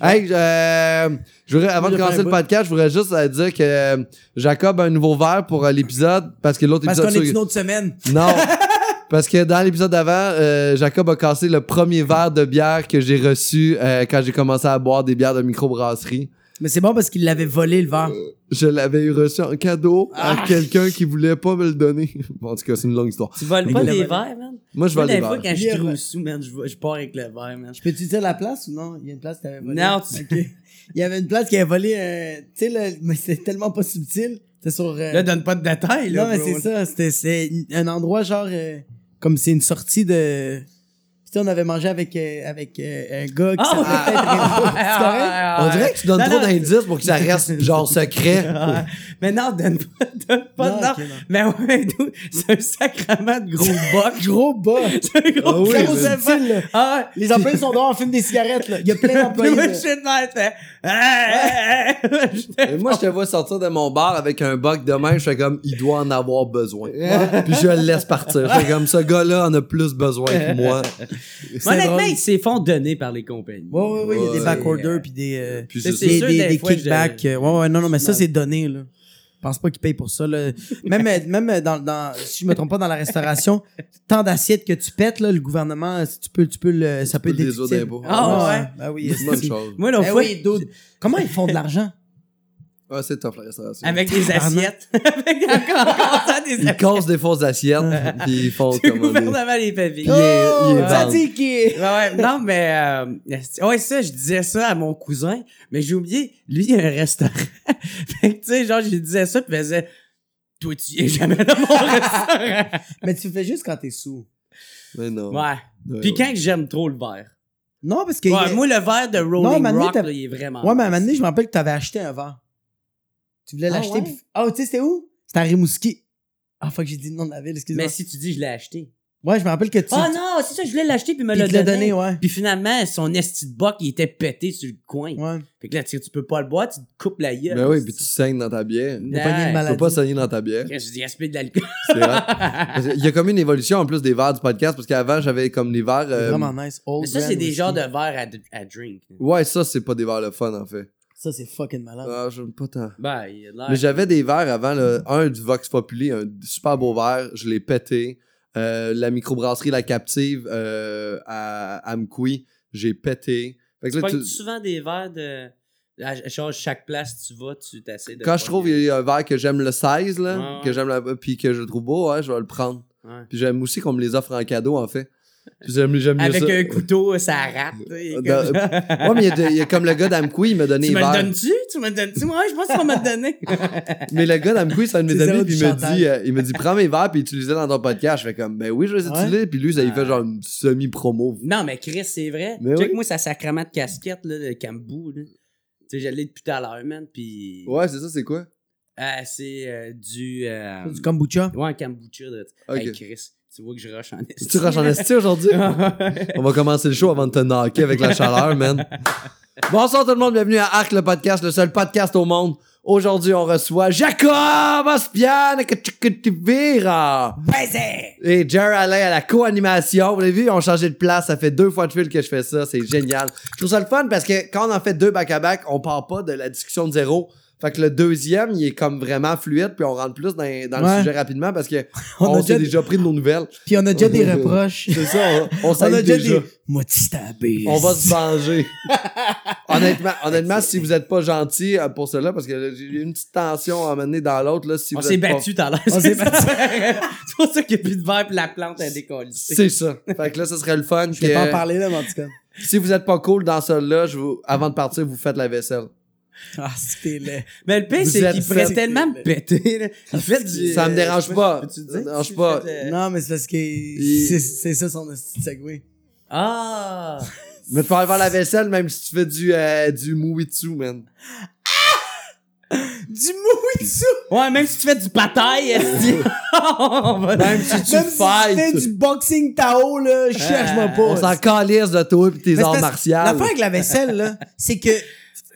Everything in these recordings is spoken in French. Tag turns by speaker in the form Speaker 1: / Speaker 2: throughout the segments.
Speaker 1: Hey, euh, je voudrais, avant de
Speaker 2: Je vais
Speaker 1: commencer
Speaker 2: faire
Speaker 1: le
Speaker 2: un bout.
Speaker 1: podcast, je voudrais juste euh, dire que euh, Jacob a un nouveau verre pour euh, l'épisode parce que l'autre
Speaker 2: Parce
Speaker 1: épisode.
Speaker 2: qu'on est
Speaker 1: sur-
Speaker 2: une autre semaine.
Speaker 1: Non. Parce que dans l'épisode d'avant, euh, Jacob a cassé le premier verre de bière que j'ai reçu euh, quand j'ai commencé à boire des bières de microbrasserie.
Speaker 2: Mais c'est bon parce qu'il l'avait volé, le verre.
Speaker 1: Je l'avais eu reçu en cadeau à
Speaker 2: Ah.
Speaker 1: quelqu'un qui voulait pas me le donner. Bon, en tout cas, c'est une longue histoire.
Speaker 2: Tu voles
Speaker 3: Pas
Speaker 2: il l'a
Speaker 3: des
Speaker 2: volé.
Speaker 3: verres, man.
Speaker 1: Moi, je vais
Speaker 3: Moi,
Speaker 1: aller
Speaker 3: des
Speaker 1: vers.
Speaker 3: fois, quand je
Speaker 2: Bière.
Speaker 3: suis trop sous, man, je, vais- je pars avec le verre, man.
Speaker 2: Je peux-tu dire la place ou non? Il y a une place qui avait volé.
Speaker 3: Non, tu-
Speaker 2: Il y avait une place qui avait volé, euh, tu sais, là, mais c'est tellement pas subtil. C'est sur... euh,
Speaker 3: Là, donne pas de détails, là.
Speaker 2: non, mais
Speaker 3: bro.
Speaker 2: c'est ça. C'était c'est un endroit genre... euh, comme c'est une sortie de... Tu sais, on avait mangé avec, euh, avec euh, un gars qui
Speaker 3: Ah, ouais.
Speaker 2: s'appelait
Speaker 3: Ah,
Speaker 2: C'est correct?
Speaker 3: ah, ah,
Speaker 1: On dirait que tu donnes
Speaker 3: Non,
Speaker 1: trop
Speaker 3: non.
Speaker 1: d'indices pour que ça reste genre secret.
Speaker 3: Ah, mais non, donne pas, donne pas
Speaker 2: Non,
Speaker 3: de nom.
Speaker 2: ok, non.
Speaker 3: Mais ouais, d'où- c'est un sacrement de gros boc.
Speaker 2: Gros bas.
Speaker 3: C'est un
Speaker 1: Ah
Speaker 3: gros
Speaker 1: oui,
Speaker 2: C'est
Speaker 3: gros
Speaker 2: pas
Speaker 1: mais-
Speaker 3: boc.
Speaker 2: subtil, là.
Speaker 3: Ah ouais.
Speaker 2: Les employés sont dehors, on fume des cigarettes, là. Il y a plein d'employés.
Speaker 3: Puis moi,
Speaker 2: là.
Speaker 3: je Ah, suis dedans, je fais, Hey, hey, hey. J'étais-
Speaker 1: Et moi, je te vois sortir de mon bar avec un bac de main, je fais comme, il doit en avoir besoin. Puis je le laisse partir. Je fais comme, ce gars-là en a plus besoin que moi.
Speaker 3: Mais Honnêtement,
Speaker 2: drôle.
Speaker 3: ils se font donner par les compagnies.
Speaker 2: Ouais, ouais, ouais, il y a
Speaker 1: Ouais.
Speaker 2: des backorders puis des, euh,
Speaker 1: Puis
Speaker 3: c'est
Speaker 1: c'est
Speaker 2: des,
Speaker 3: sûr,
Speaker 2: des-
Speaker 3: des
Speaker 2: des
Speaker 3: fois,
Speaker 2: kickbacks.
Speaker 3: je-
Speaker 2: euh, Ouais, ouais, non, non, mais ça,
Speaker 3: mal.
Speaker 2: c'est donné, là. Je pense pas qu'ils payent pour ça, là. Même, euh, même euh, dans, dans, si je me trompe pas, dans la restauration, tant d'assiettes que tu pètes, là, le gouvernement, euh, si tu peux, tu peux le, ça peut être
Speaker 1: peux le déduire
Speaker 2: déductible.
Speaker 1: d'impôt.
Speaker 3: Ah, ouais. Ah,
Speaker 2: Ben oui.
Speaker 1: une bonne chose.
Speaker 3: Moi, l'autre
Speaker 2: Ben
Speaker 3: fois,
Speaker 2: oui, dude. Comment ils font de l'argent?
Speaker 1: Ah, c'est tough, la restauration.
Speaker 3: avec des
Speaker 2: Tabarnak.
Speaker 3: assiettes. Avec encore, encore des
Speaker 1: Ils
Speaker 3: assiettes.
Speaker 1: cassent des fausses assiettes, puis ils font
Speaker 3: Le
Speaker 1: comme un...
Speaker 3: gouvernement les pavés.
Speaker 1: Il est- il est
Speaker 2: ça
Speaker 1: bande.
Speaker 2: dit qu'il
Speaker 3: Ouais, ouais, non, mais euh, ouais, ça, je disais ça à mon cousin, mais j'ai oublié, lui, il a un restaurant. fait que, tu sais, genre, je lui disais ça, puis il faisait, toi, tu viens jamais dans mon restaurant.
Speaker 2: Mais tu le fais juste quand t'es sous.
Speaker 1: Mais non.
Speaker 3: Ouais.
Speaker 1: Ouais,
Speaker 3: Puis
Speaker 1: ouais.
Speaker 3: quand j'aime trop le verre.
Speaker 2: Non, parce que. il y a-
Speaker 3: Ouais, moi, le verre de
Speaker 2: Non, à un
Speaker 3: Rolling
Speaker 2: moment donné,
Speaker 3: Rock,
Speaker 2: t'as-
Speaker 3: là, il est vraiment.
Speaker 2: Ouais, mais à un
Speaker 3: nice.
Speaker 2: moment donné, je me rappelle que t'avais acheté un verre. Tu voulais
Speaker 3: Ah
Speaker 2: l'acheter.
Speaker 3: ouais?
Speaker 2: puis- Ah, tu sais, c'était où? C'était à Rimouski. Ah, fuck, j'ai dit le nom de la ville, excuse-moi.
Speaker 3: Mais si tu dis, je l'ai acheté.
Speaker 2: Ouais, je me rappelle que tu.
Speaker 3: Ah non, c'est ça, je voulais l'acheter, puis il me
Speaker 2: puis
Speaker 3: l'a
Speaker 2: tu l'as
Speaker 3: donné.
Speaker 2: donné, ouais.
Speaker 3: Puis finalement, son esti de boc, il était pété sur le coin.
Speaker 2: Ouais.
Speaker 3: Fait que là, tu, tu peux pas le boire, tu te coupes la gueule.
Speaker 1: Ben oui, puis tu saignes dans ta bière.
Speaker 3: Non.
Speaker 1: Tu
Speaker 2: T'as pas eu de
Speaker 3: Ouais.
Speaker 1: peux
Speaker 2: maladie.
Speaker 1: pas saigner dans ta bière.
Speaker 3: Je dis, aspect de l'alcool.
Speaker 1: C'est vrai. Parce que Il y a comme une évolution en plus des verres du podcast, parce qu'avant, j'avais comme des verres...
Speaker 2: C'est
Speaker 1: euh,
Speaker 2: Vraiment nice. Old
Speaker 3: Mais ça,
Speaker 2: brand
Speaker 3: c'est des
Speaker 2: whisky.
Speaker 3: genres de verres à, à drink.
Speaker 1: Ouais, ça, c'est pas des verres le fun, en fait.
Speaker 2: Ça, c'est fucking malade.
Speaker 1: Ah, j'aime pas tant.
Speaker 3: Ben, il a l'air.
Speaker 1: Mais j'avais des verres avant, là. un du Vox Populi, un super beau verre, je l'ai pété. Euh, la microbrasserie La Captive euh, à à Amqui, j'ai pété. Fait que
Speaker 3: Tu
Speaker 1: là,
Speaker 3: pognes
Speaker 1: tu-
Speaker 3: souvent des verres de. À, genre, chaque place que tu vas, tu t'asseds de.
Speaker 1: quand je trouve il y a un verre que j'aime le size, là,
Speaker 3: Ouais,
Speaker 1: que j'aime la... puis que je le trouve beau, ouais, je vais le prendre.
Speaker 3: Ouais.
Speaker 1: Puis j'aime aussi qu'on me les offre en cadeau, en fait. Puis j'aime j'aime mieux
Speaker 3: Avec
Speaker 1: ça.
Speaker 3: un couteau, ça rate. là, il est
Speaker 1: Dans-
Speaker 3: comme ça.
Speaker 1: Ouais, mais il y a de- il y, a comme le gars d'Amqui, il m'a donné
Speaker 3: Tu
Speaker 1: les
Speaker 3: me le
Speaker 1: verres.
Speaker 3: donnes-tu? Tu me le donnes-tu? Ouais, je pense qu'on m'a donné.
Speaker 1: Mais le gars d'Amqui, c'est un de mes
Speaker 2: C'est
Speaker 1: amis,
Speaker 2: zéro
Speaker 1: puis
Speaker 2: du
Speaker 1: il me
Speaker 2: chantage.
Speaker 1: dit, euh, il me dit, prends mes verres, puis utilise-les dans ton podcast. Je fais comme, ben oui, je vais les
Speaker 2: Ouais.
Speaker 1: utiliser. Puis lui, ça, il fait
Speaker 3: Ouais.
Speaker 1: genre une semi-promo.
Speaker 3: non, mais Chris, c'est vrai.
Speaker 1: Mais
Speaker 3: Check
Speaker 1: oui.
Speaker 3: moi sa sacrament de casquette, là, le cambou. là. Tu sais, j'allais depuis tout à l'heure, man. Puis.
Speaker 1: Ouais, c'est ça, c'est quoi?
Speaker 3: Ah, c'est euh, du. euh,
Speaker 2: C'est Du kombucha.
Speaker 3: Ouais, un kombucha. Là.
Speaker 1: Ok.
Speaker 3: Hey, Chris, tu vois que je rush en esti.
Speaker 1: Tu rush en esti aujourd'hui? On va commencer le show avant de te knocker avec la chaleur, man. Bonsoir tout le monde, bienvenue à Arc le podcast, le seul podcast au monde. Aujourd'hui, on reçoit Jacob Ospian Kachukutivira
Speaker 3: Baiser!
Speaker 1: et Jerry Alain à la co-animation. Vous l'avez vu, ils ont changé de place. Ça fait deux fois de fil que je fais ça. C'est génial. Je trouve ça le fun parce que quand on en fait deux back-à-back, on part pas de la discussion de zéro. Fait que le deuxième, il est comme vraiment fluide, puis on rentre plus dans, dans le
Speaker 2: Ouais.
Speaker 1: sujet rapidement parce que
Speaker 2: On a
Speaker 1: on, s'est
Speaker 2: déjà-
Speaker 1: déjà pris de nos nouvelles.
Speaker 2: Puis on a déjà des reproches.
Speaker 1: Oh, C'est ça, on, on
Speaker 2: On
Speaker 1: s'aide
Speaker 2: a déjà
Speaker 1: déjà.
Speaker 2: des. Moi, tu t'habilles.
Speaker 1: On va se venger. honnêtement, honnêtement, si vous êtes pas gentil euh, pour cela, parce que là, j'ai eu une petite tension à amener dans l'autre, là, si
Speaker 3: on
Speaker 1: vous
Speaker 3: s'est
Speaker 1: êtes pas-
Speaker 3: battu tout à l'heure.
Speaker 2: On
Speaker 3: c'est
Speaker 2: s'est
Speaker 3: ça. C'est pour ça qu'il n'y a plus de verre puis la plante a décollé.
Speaker 1: C'est ça. Fait que là, ce serait le fun.
Speaker 2: Je vais
Speaker 1: que-
Speaker 2: pas en parler, là, mais en tout cas.
Speaker 1: Si vous êtes pas cool dans celle-là, je vous... avant de partir, vous faites la vaisselle.
Speaker 2: Ah, c'était laid.
Speaker 3: Mais le pire,
Speaker 1: Vous
Speaker 3: c'est
Speaker 1: êtes
Speaker 3: qu'il pourrait
Speaker 1: sept.
Speaker 3: tellement me péter. là. Il fait du-
Speaker 1: Ça euh, me dérange
Speaker 3: je
Speaker 2: Euh,
Speaker 3: sais
Speaker 1: pas. Ça
Speaker 3: peux-tu
Speaker 1: me
Speaker 3: que
Speaker 1: dérange
Speaker 3: tu
Speaker 1: pas.
Speaker 3: fais de-
Speaker 2: Non, mais c'est parce que. c'est- C'est ça son petit segway.
Speaker 3: Ah!
Speaker 1: Mais tu peux aller faire la vaisselle même si tu fais du, euh, du muitsu, man. Mm.
Speaker 2: Du mouitsu!
Speaker 3: Ouais, même si tu fais du bataille, esti. on va...
Speaker 1: Même si tu
Speaker 2: Même si tu
Speaker 1: fightes.
Speaker 2: fais du boxing Tao, là, cherche-moi pas.
Speaker 1: Ah, On s'en calisse de toi et tes
Speaker 2: Mais c'est
Speaker 1: arts
Speaker 2: parce-
Speaker 1: martiaux.
Speaker 2: L'affaire avec la vaisselle, là, c'est que.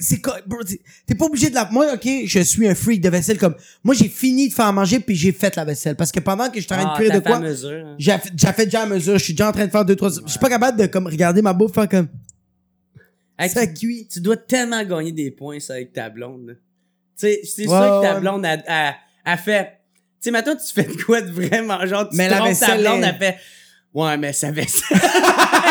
Speaker 2: C'est quoi, bro, t'es- t'es pas obligé de la. Moi, ok, je suis un freak de vaisselle comme. Moi, j'ai fini de faire à manger puis j'ai fait la vaisselle. Parce que pendant que je suis en
Speaker 1: Ah,
Speaker 2: train
Speaker 3: Ah,
Speaker 2: de cuire de quoi,
Speaker 3: hein.
Speaker 2: j'ai fait j'ai fait déjà à mesure. Je suis déjà en train de faire deux, trois. Je suis pas capable de comme regarder ma bouffe faire comme.
Speaker 3: Hey,
Speaker 2: Ça
Speaker 3: tu,
Speaker 2: cuit.
Speaker 3: tu dois tellement gagner des points, ça, avec ta blonde. là. Tu sais, c'est
Speaker 2: Ouais,
Speaker 3: sûr que ta
Speaker 2: ouais.
Speaker 3: blonde, a, a, a fait. Tu sais, maintenant, tu fais de quoi de vraiment? Genre, tu
Speaker 2: Mais
Speaker 3: mais
Speaker 2: la
Speaker 3: ta
Speaker 2: vaisselle
Speaker 3: blonde,
Speaker 2: est-
Speaker 3: elle fait. Ouais, mais sa vaisselle.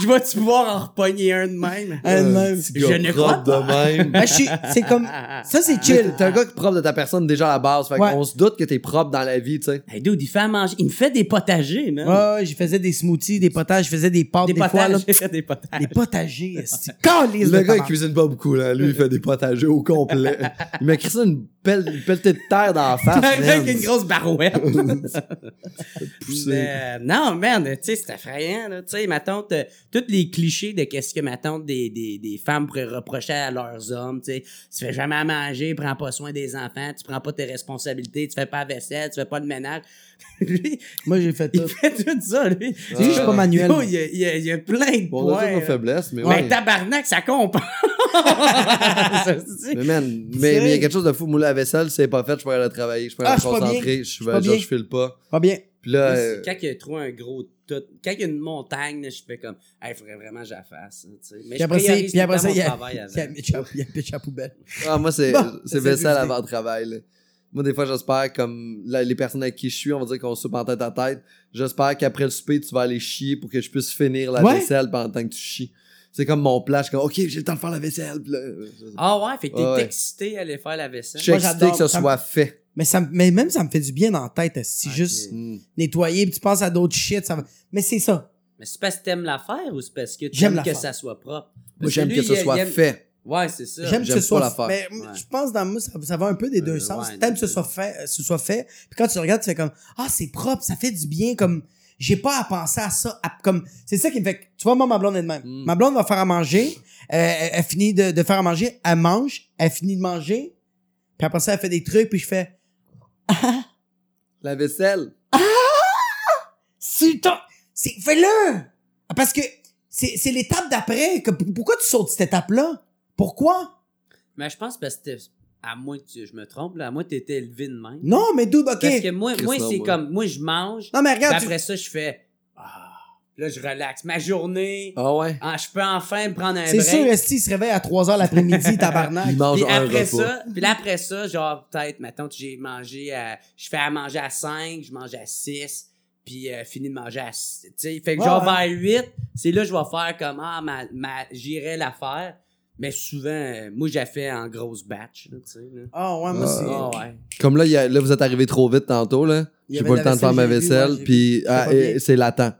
Speaker 3: Je vais-tu pouvoir en repogner un de même? Euh,
Speaker 2: Elle même.
Speaker 1: Petit gars
Speaker 3: Je ne crois
Speaker 1: propre de même.
Speaker 2: Ben, je suis- c'est comme, ça c'est chill.
Speaker 1: T'es un gars propre de ta personne déjà à la base. Fait
Speaker 2: Ouais.
Speaker 1: qu'on se doute que t'es propre dans la vie, tu sais.
Speaker 3: Hey, dude, il fait à manger. Il me fait des potagers, man.
Speaker 2: Ouais, ouais, je faisais des smoothies, des potages, je faisais des pâtes
Speaker 3: des,
Speaker 2: des, fois, là.
Speaker 3: potagers. des potagers.
Speaker 2: Des potagers, esti. Calisse
Speaker 1: Le
Speaker 2: de
Speaker 1: gars, il
Speaker 2: tabarnak.
Speaker 1: cuisine pas beaucoup, là. Lui, il fait des potagers au complet. Il m'a crissé une, pelle, une pelletée de terre dans la face.
Speaker 3: Avec
Speaker 1: man.
Speaker 3: une grosse barouette.
Speaker 1: Poussé.
Speaker 3: Mais, euh, non, man, tu sais, c'est effrayant, là. Tu sais, ma tante, euh, tous les clichés de qu'est-ce que ma tante des, des, des femmes pourraient reprocher à leurs hommes, tu sais. Tu fais jamais à manger, prends pas soin des enfants, tu prends pas tes responsabilités, tu fais pas la vaisselle, tu fais pas de ménage. lui,
Speaker 2: Moi, j'ai fait
Speaker 3: il
Speaker 2: tout.
Speaker 3: fait tout ça, lui.
Speaker 1: Tu sais, je suis pas
Speaker 2: manuel.
Speaker 3: Yo, il y a, il y a- il y a plein de
Speaker 1: Bon, on a
Speaker 3: points.
Speaker 1: toutes nos
Speaker 3: là.
Speaker 1: faiblesses, mais
Speaker 3: Mais
Speaker 1: ouais.
Speaker 3: tabarnak, ça compte.
Speaker 1: Mais man, mais mais il y a quelque chose de fou. Moi, la vaisselle, c'est pas fait. Je peux aller travailler. Je peux aller
Speaker 2: Ah,
Speaker 1: me
Speaker 2: je suis pas
Speaker 1: concentrer. Je suis ben,
Speaker 2: pas
Speaker 1: genre,
Speaker 2: bien.
Speaker 1: je file pas.
Speaker 2: Pas Ah, bien.
Speaker 1: Puis là,
Speaker 3: Moi,
Speaker 1: euh,
Speaker 3: c'est Quand il y a trop un gros tout, quand il y a une montagne, là, je fais comme, il faudrait vraiment que je la fasse. hein, tu sais. Mais
Speaker 2: Puis
Speaker 3: je
Speaker 2: après, ça,
Speaker 3: priorise
Speaker 2: puis après
Speaker 3: tout
Speaker 2: ça,
Speaker 3: le
Speaker 2: il
Speaker 3: temps
Speaker 2: y
Speaker 3: mon
Speaker 2: a,
Speaker 3: travail
Speaker 2: il y a,
Speaker 3: avant.
Speaker 2: il y a, il y a pitch à poubelle.
Speaker 1: ah, moi, c'est
Speaker 2: Bon,
Speaker 1: c'est
Speaker 2: c'est
Speaker 1: vaisselle
Speaker 2: juste-
Speaker 1: avant le travail. là. Moi, des fois, j'espère, comme là, les personnes avec qui je suis, on va dire qu'on soupe en tête à tête. J'espère qu'après le souper, tu vas aller chier pour que je puisse finir la
Speaker 2: Ouais.
Speaker 1: vaisselle pendant que tu chies. C'est comme mon plan. Je suis comme, OK, j'ai le temps de faire la vaisselle. Puis là, euh,
Speaker 3: Ah ouais, fait que t'es
Speaker 1: Ouais, ouais.
Speaker 3: excité à aller faire la vaisselle.
Speaker 1: je suis
Speaker 2: moi,
Speaker 1: excité
Speaker 2: j'adore.
Speaker 1: que ça
Speaker 2: Ça me-
Speaker 1: soit fait.
Speaker 2: Mais, ça, me- mais même, ça me fait du bien dans la tête. Si
Speaker 3: Ok.
Speaker 2: juste
Speaker 1: Mm.
Speaker 2: nettoyer, puis tu penses à d'autres shit, ça va. Mais c'est ça.
Speaker 3: Mais c'est parce que t'aimes la faire ou c'est parce que
Speaker 2: J'aime
Speaker 3: t'aimes
Speaker 2: la
Speaker 3: que
Speaker 2: faire.
Speaker 3: ça soit propre?
Speaker 1: Moi,
Speaker 3: Parce
Speaker 1: j'aime
Speaker 3: lui,
Speaker 1: que ce
Speaker 3: il- il
Speaker 1: soit
Speaker 3: aime-
Speaker 1: fait.
Speaker 3: Ouais, c'est ça.
Speaker 2: J'aime que
Speaker 1: J'aime
Speaker 2: ce
Speaker 1: pas
Speaker 2: soit
Speaker 1: l'affaire.
Speaker 2: fait. Mais
Speaker 3: Ouais.
Speaker 2: je pense dans moi, ça, ça va un peu des
Speaker 3: Euh,
Speaker 2: deux sens.
Speaker 3: ouais,
Speaker 2: T'aimes que ce
Speaker 3: des-
Speaker 2: soit fait, euh, ce soit fait. Puis quand tu le regardes, tu fais comme ah c'est propre, ça fait du bien. Comme j'ai pas à penser à ça. à- comme c'est ça qui me fait. que- Tu vois moi ma blonde est de même.
Speaker 1: Mm.
Speaker 2: Ma blonde va faire à manger. euh, elle, elle finit de, de faire à manger. Elle mange. Elle finit de manger. Puis après ça, elle fait des trucs. Puis je fais
Speaker 1: La vaisselle.
Speaker 2: C'est ton- c'est- Fais-le! Parce que c'est c'est l'étape d'après. que- Pourquoi tu sautes cette étape-là? Pourquoi?
Speaker 3: Mais je pense parce que t'es- à moins que tu- je me trompe, là, à moins que t'étais élevé de même.
Speaker 2: Non, mais dude, OK.
Speaker 3: Parce que moi, moi
Speaker 1: Chris, non,
Speaker 3: c'est
Speaker 1: moi.
Speaker 3: comme, moi, je mange,
Speaker 2: Non, mais
Speaker 3: puis
Speaker 2: regarde, tu-
Speaker 3: après ça, je fais, ah, là, je relaxe. Ma journée,
Speaker 1: Ah ouais.
Speaker 3: ah, je peux enfin me prendre un
Speaker 2: c'est
Speaker 3: break.
Speaker 2: sûr, Esti il se réveille à 3 h l'après-midi, tabarnak.
Speaker 1: Il mange
Speaker 3: Puis
Speaker 1: Ah, un
Speaker 3: après
Speaker 1: repas.
Speaker 3: ça, puis là, après ça, genre, peut-être, maintenant, j'ai mangé à, je fais à manger à 5, je mange à 6, puis euh, fini de manger à 6. Tu sais, fait que
Speaker 2: Ouais,
Speaker 3: genre,
Speaker 2: ouais.
Speaker 3: vers 8, c'est là, que je vais faire comme, ah, ma, ma, j'irai la faire. Mais souvent, euh, moi, j'ai fait en grosse batch, là, tu sais, là.
Speaker 2: Ah ouais, moi,
Speaker 1: Ah,
Speaker 2: c'est...
Speaker 3: Ah ouais.
Speaker 1: Comme là, il y a- là, vous êtes arrivé trop vite tantôt, là.
Speaker 2: Il y
Speaker 1: J'ai
Speaker 2: avait
Speaker 1: pas
Speaker 2: de
Speaker 1: le temps
Speaker 2: la
Speaker 1: de faire ma
Speaker 2: vaisselle, j'ai vu,
Speaker 1: vaisselle,
Speaker 2: ouais, j'ai
Speaker 1: puis ah,
Speaker 2: pas Ah.
Speaker 1: et-
Speaker 2: bien.
Speaker 1: c'est latent.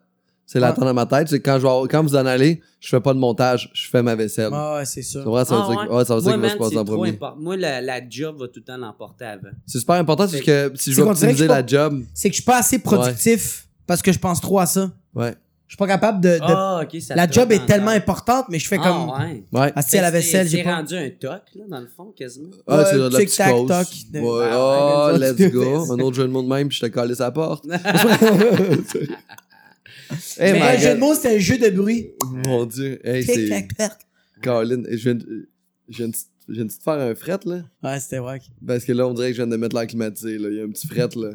Speaker 1: C'est latent dans ma tête. C'est quand, je vais avoir- quand vous en allez, je fais pas de montage, je fais ma vaisselle.
Speaker 2: Ah ouais, c'est sûr.
Speaker 1: euh, C'est vrai, ça veut
Speaker 3: Ah,
Speaker 1: dire, que- ouais, ça veut dire
Speaker 3: Moi,
Speaker 1: qu'il va
Speaker 3: man,
Speaker 1: se
Speaker 3: c'est
Speaker 1: passer en
Speaker 3: trop
Speaker 1: premier.
Speaker 3: important. Moi, la, la job va tout le temps l'emporter avant.
Speaker 1: C'est super important parce que si je
Speaker 2: C'est
Speaker 1: veux
Speaker 2: qu'on dirait que
Speaker 1: optimiser
Speaker 2: je
Speaker 1: la job,
Speaker 2: C'est que je suis pas assez productif parce que je pense trop à ça.
Speaker 1: ouais.
Speaker 2: Je suis pas capable de... de-
Speaker 3: Ah, ok, ça
Speaker 2: la
Speaker 3: te
Speaker 2: job est
Speaker 3: rentre
Speaker 2: tellement
Speaker 3: dans-
Speaker 2: importante, mais je fais
Speaker 3: Ah,
Speaker 2: comme...
Speaker 3: ouais.
Speaker 1: Ouais. Ah,
Speaker 2: Asti à la
Speaker 3: Fait que
Speaker 2: vaisselle,
Speaker 3: c'est-
Speaker 2: j'ai
Speaker 3: C'est
Speaker 2: pas...
Speaker 3: rendu un toc, là, dans le fond, quasiment.
Speaker 1: c'est de la
Speaker 2: tic, tac,
Speaker 1: psychose.
Speaker 2: euh, toc.
Speaker 1: Ouais,
Speaker 2: Ouais,
Speaker 1: ah,
Speaker 2: ouais,
Speaker 1: let's
Speaker 2: ouais.
Speaker 1: go. Un autre jeu de mots de même, puis je te collais sa porte. hey, my
Speaker 2: Mais
Speaker 3: Mais
Speaker 2: le jeu
Speaker 1: God.
Speaker 2: de mots, c'est un jeu de bruit.
Speaker 1: Mon dieu. Hey,
Speaker 2: Tic,
Speaker 1: c'est.
Speaker 2: tac, tac.
Speaker 1: Colin, je viens de- je viens de je viens de te faire un fret, là.
Speaker 2: Ouais, c'était wack.
Speaker 1: Parce que là, on dirait que je viens de mettre l'air climatisé. Là. Il y a un petit fret. Là.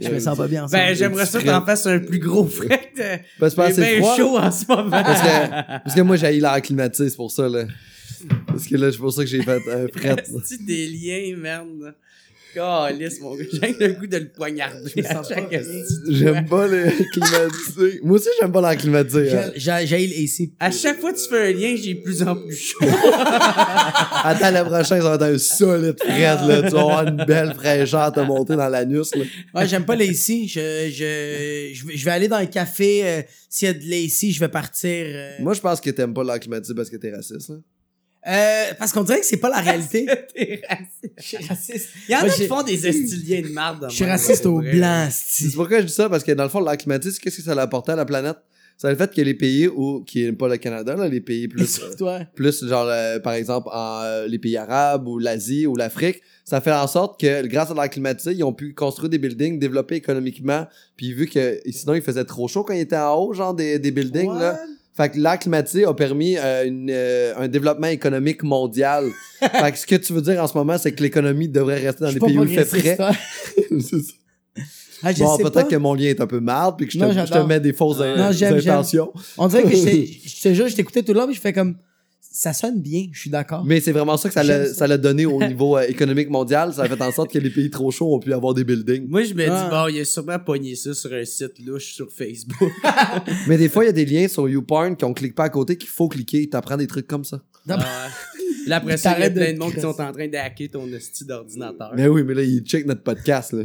Speaker 2: Je me sens pas bien ensemble.
Speaker 3: Ben, j'aimerais ça que t'en fasses un plus gros fret. euh,
Speaker 1: Parce que
Speaker 3: Il
Speaker 1: c'est
Speaker 3: est bien
Speaker 1: froid.
Speaker 3: chaud en ce moment.
Speaker 1: Parce que, parce que moi, j'ai l'air climatisé, c'est pour ça. Là. Parce que là, c'est pour ça que j'ai fait un fret. là.
Speaker 3: C'est des liens, merde. Calisse, mon gars. J'ai le goût de le poignarder à
Speaker 2: sens
Speaker 3: chaque
Speaker 2: pas.
Speaker 3: esti.
Speaker 1: J'aime pas l'air climatisé. Moi aussi, j'aime pas l'air climatisé. hein.
Speaker 2: J'ai Euh, j'ai ici.
Speaker 3: À chaque fois que tu fais un lien, j'ai de plus en plus chaud.
Speaker 1: Attends, le prochain, ça va être un solide fret. Là. Tu vas avoir une belle fraîcheur à te monter dans l'anus. là.
Speaker 2: Ouais, j'aime pas les ici. Je, je, je, vais- je vais aller dans un café. euh, S'il y a de les ici, je vais partir. euh.
Speaker 1: Moi, je pense que t'aimes pas l'air climatisé parce que t'es raciste. Là.
Speaker 2: Euh, parce qu'on dirait que c'est pas la réalité.
Speaker 3: T'es raciste.
Speaker 2: Je suis raciste.
Speaker 3: Il y en
Speaker 2: Moi,
Speaker 3: a qui
Speaker 2: j'ai-
Speaker 3: font des estiliens de marde. de
Speaker 2: Je suis
Speaker 3: même,
Speaker 2: raciste
Speaker 3: pour
Speaker 2: au
Speaker 3: vrai.
Speaker 2: blanc,
Speaker 1: C'est
Speaker 2: esti.
Speaker 1: pourquoi je dis ça, parce que dans le fond, l'air climatisé, qu'est-ce que ça apportait à la planète? C'est le fait que les pays où, qui n'est pas le Canada, là, les pays plus...
Speaker 2: Toi.
Speaker 1: plus genre euh, par exemple en, euh, les pays arabes ou l'Asie ou l'Afrique, ça fait en sorte que grâce à l'air climatisé, ils ont pu construire des buildings, développer économiquement, puis vu que sinon il faisait trop chaud quand il était en haut genre des, des buildings là. Fait que l'air climatisé a permis euh, une, euh, un développement économique mondial. fait que ce que tu veux dire en ce moment, c'est que l'économie devrait rester dans
Speaker 2: Je suis
Speaker 1: les
Speaker 2: pas
Speaker 1: pays où il fait frais.
Speaker 2: progressiste, hein.
Speaker 1: C'est ça.
Speaker 2: Ah, je
Speaker 1: bon,
Speaker 2: sais
Speaker 1: peut-être
Speaker 2: pas.
Speaker 1: que mon lien est un peu mal, puis que je te,
Speaker 2: Non,
Speaker 1: je te
Speaker 2: j'adore.
Speaker 1: mets des fausses
Speaker 3: Non,
Speaker 1: euh,
Speaker 2: j'aime, j'aime.
Speaker 1: intentions.
Speaker 2: On dirait que j'étais- je te jure, je t'écoutais tout le long, mais je fais comme. Ça sonne bien, je suis d'accord.
Speaker 1: Mais c'est vraiment ça que ça
Speaker 2: Oh. J'aime
Speaker 1: l'a ça l'a donné au niveau euh, économique mondial. Ça a fait en sorte que les pays trop chauds ont pu avoir des buildings.
Speaker 3: Moi, je me
Speaker 2: Ah.
Speaker 3: dis, bon, il a sûrement pogné ça sur un site louche sur Facebook.
Speaker 1: Mais des fois, il y a des liens sur YouPorn qu'on clique pas à côté qu'il faut cliquer. T'apprends des trucs comme ça.
Speaker 3: Ah. Là, après ça, il y a
Speaker 2: T'arrêtes de
Speaker 3: plein de monde qui
Speaker 2: creuser.
Speaker 3: sont en train de hacker ton hostie d'ordinateur.
Speaker 1: Mais oui, mais là, il check notre podcast. Là.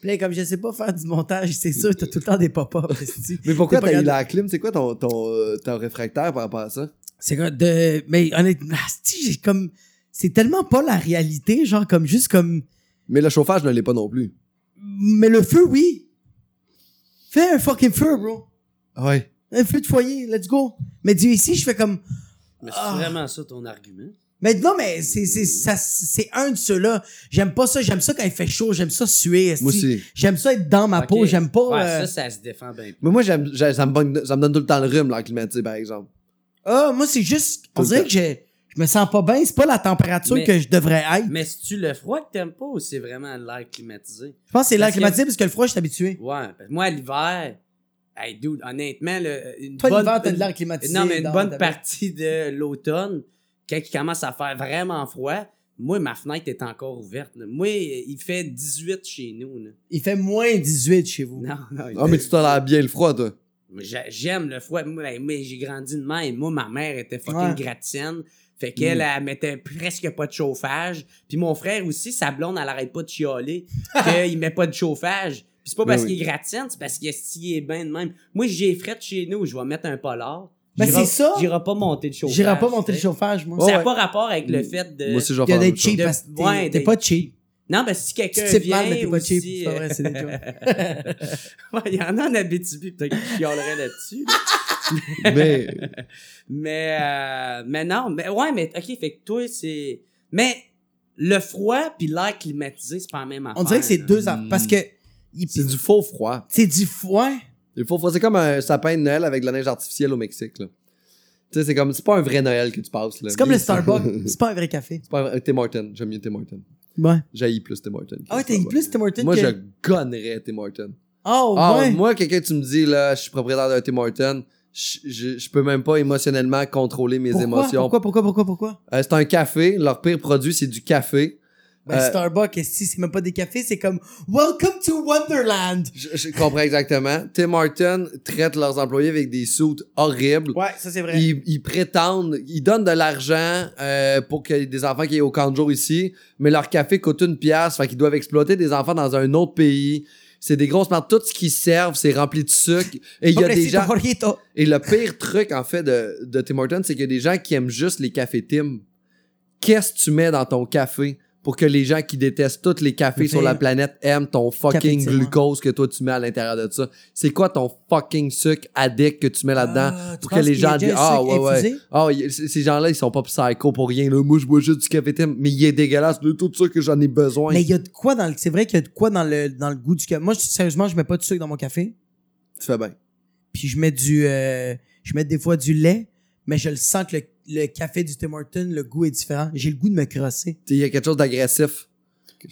Speaker 2: Puis là, comme je sais pas faire du montage, c'est sûr, t'as tout le temps des pop-up. esti.
Speaker 1: Mais pourquoi
Speaker 2: T'es pas
Speaker 1: t'as eu
Speaker 2: capable-
Speaker 1: la clim? C'est quoi ton, ton, euh, ton réfractaire par rapport à ça?
Speaker 2: C'est quoi de. Mais honnêtement, esti, j'ai comme. C'est tellement pas la réalité, genre, comme juste comme.
Speaker 1: Mais le chauffage ne l'est pas non plus.
Speaker 2: Mais le feu, oui. Fais un fucking feu, bro.
Speaker 1: Ah Ouais.
Speaker 2: Un feu de foyer, let's go. Mais Dieu ici, je fais comme.
Speaker 3: Mais c'est
Speaker 2: Ah.
Speaker 3: vraiment ça ton argument?
Speaker 2: Mais non, mais c'est, c'est, ça, c'est un de ceux-là. J'aime pas ça. J'aime ça quand il fait chaud. J'aime ça suer. esti.
Speaker 1: Moi aussi.
Speaker 2: J'aime ça être dans ma
Speaker 3: Ok.
Speaker 2: peau. J'aime pas.
Speaker 3: Ouais,
Speaker 2: euh,
Speaker 3: ça, ça se défend bien.
Speaker 1: Mais moi, j'aime, j'aime- ça, me bonne- ça me donne tout le temps le rhume, l'air climatisé, par exemple.
Speaker 2: Ah, moi, c'est juste.
Speaker 1: Tout
Speaker 2: On
Speaker 1: le
Speaker 2: dirait que je, je me sens pas bien. C'est pas la température
Speaker 3: Mais-
Speaker 2: que je devrais être.
Speaker 3: Mais si tu le froid que t'aimes pas ou c'est vraiment l'air climatisé?
Speaker 2: Je pense que c'est l'air
Speaker 3: Parce que-
Speaker 2: climatisé parce que le froid, je suis habitué.
Speaker 3: Ouais, parce que moi, l'hiver, hey dude, honnêtement, le- une
Speaker 2: Toi,
Speaker 3: bonne,
Speaker 2: l'hiver, t'as de
Speaker 3: une-
Speaker 2: l'air climatisé.
Speaker 3: Non, mais une
Speaker 2: dans
Speaker 3: bonne
Speaker 2: ta-
Speaker 3: partie de l'automne, quand il commence à faire vraiment froid, moi, ma fenêtre est encore ouverte. là. Moi, il fait 18 chez nous. là.
Speaker 2: Il fait moins 18 chez vous.
Speaker 3: Non, non. il
Speaker 1: Ah, mais tu tolères bien le froid, toi.
Speaker 3: Moi, j'a- J'aime le froid. Moi, ben, mais j'ai grandi de même. Moi, ma mère était
Speaker 2: Ouais. Mm.
Speaker 3: fucking gratienne. Fait qu'elle, elle mettait presque pas de chauffage. Puis mon frère aussi, sa blonde, elle arrête pas de chialer qu'il met pas de chauffage. Puis c'est pas
Speaker 1: Ben
Speaker 3: parce
Speaker 1: oui.
Speaker 3: qu'il est gratienne, c'est parce qu'il s'y est bien de même. Moi, j'ai fret chez nous, je vais mettre un polar.
Speaker 2: Ben,
Speaker 3: J'irai-
Speaker 2: c'est ça.
Speaker 3: J'irai pas monter de chauffage.
Speaker 2: J'irai pas monter le
Speaker 3: tu sais.
Speaker 2: chauffage, Mm. moi.
Speaker 1: Oh,
Speaker 3: Ça n'a
Speaker 1: ouais.
Speaker 3: pas rapport avec le fait de...
Speaker 1: Moi aussi, je vais
Speaker 2: Euh, Il y
Speaker 1: faire
Speaker 2: a
Speaker 1: la
Speaker 2: des
Speaker 1: même chose.
Speaker 2: cheap
Speaker 3: chose.
Speaker 2: parce que t'es-
Speaker 3: Ouais,
Speaker 2: t'es
Speaker 3: des-
Speaker 2: pas cheap.
Speaker 3: Non, mais si
Speaker 2: Tu
Speaker 3: quelqu'un
Speaker 2: types
Speaker 3: vient
Speaker 2: mal, mais t'es pas cheap.
Speaker 3: aussi, euh,
Speaker 2: C'est pas vrai, c'est des jokes.
Speaker 3: Ouais, il y en a en Abitibi, peut-être qui chialeraient là-dessus.
Speaker 1: Mais
Speaker 3: Mais, euh, mais non, mais ouais, mais ok, fait que toi, c'est. Mais le froid puis l'air climatisé, c'est pas la même affaire.
Speaker 2: On dirait que c'est
Speaker 3: là.
Speaker 2: deux ans. Parce que. il-
Speaker 1: c'est du faux froid.
Speaker 2: C'est du foin.
Speaker 1: Le faux froid, c'est comme un sapin de Noël avec de la neige artificielle au Mexique, là. Tu sais, c'est comme, c'est pas un vrai Noël que tu passes, là.
Speaker 2: C'est comme le
Speaker 1: Mais-
Speaker 2: Starbucks.
Speaker 1: c'est
Speaker 2: C'est pas un vrai café.
Speaker 1: pas un vrai- Tim Hortons. J'aime mieux Tim Hortons.
Speaker 2: Ouais.
Speaker 1: J'haïs plus Tim Hortons. que
Speaker 2: Ah ouais, t'as
Speaker 1: Starbucks.
Speaker 2: plus Tim Hortons
Speaker 1: Moi,
Speaker 2: que...
Speaker 1: je gonnerais Tim Hortons.
Speaker 2: Oh,
Speaker 1: Ah,
Speaker 2: ouais.
Speaker 1: moi, quelqu'un, tu me dis, là, je suis propriétaire d'un Tim Hortons, je, je, je peux même pas émotionnellement contrôler mes
Speaker 2: pourquoi,
Speaker 1: émotions.
Speaker 2: Pourquoi, pourquoi, pourquoi, pourquoi?
Speaker 1: Euh, c'est un café. Leur pire produit, c'est du café.
Speaker 2: Ben,
Speaker 1: Euh,
Speaker 2: Starbucks, si c'est même pas des cafés, c'est comme « Welcome to Wonderland
Speaker 1: Je, je comprends exactement. Tim Hortons traite leurs employés avec des soutes horribles. ».
Speaker 2: Ouais, ça, c'est
Speaker 1: Ils, ils prétendent, ils donnent de l'argent euh, pour que des enfants qui aient au camp de jour ici, mais leur café coûte une pièce, fait qu'ils doivent exploiter des enfants dans un autre pays. C'est des grosses marques. Tout ce qu'ils servent, c'est rempli de sucre. Et il y a des gens. Et le pire truc, en fait, de, de Tim Hortons, c'est qu'il y a des gens qui aiment juste les cafés Tim. Qu'est-ce que tu mets dans ton café pour que les gens qui détestent tous les cafés
Speaker 2: Mais
Speaker 1: sur la planète aiment ton
Speaker 2: Café
Speaker 1: fucking
Speaker 2: Tim, ouais.
Speaker 1: glucose que toi tu mets à l'intérieur de ça? C'est quoi ton fucking sucre addict que tu mets là-dedans?
Speaker 2: Ah,
Speaker 1: pour que les gens disent, ah, ouais, ouais. Ah, y- c- ces gens-là, ils sont pas psycho pour rien. Là. Moi, je bois juste du café Tim, mais il est dégueulasse de tout ça que j'en ai besoin.
Speaker 2: Mais il y a de quoi dans le... C'est vrai qu'il y a de quoi dans le, dans le goût du café. Moi, je- sérieusement, je mets pas de sucre dans mon café.
Speaker 1: Tu fais bien.
Speaker 2: Puis je mets du... euh, je mets des fois du lait, mais je le sens que le, le café du Tim Hortons, le goût est différent. J'ai le goût de me crosser.
Speaker 1: Tu sais, Il y a quelque chose d'agressif.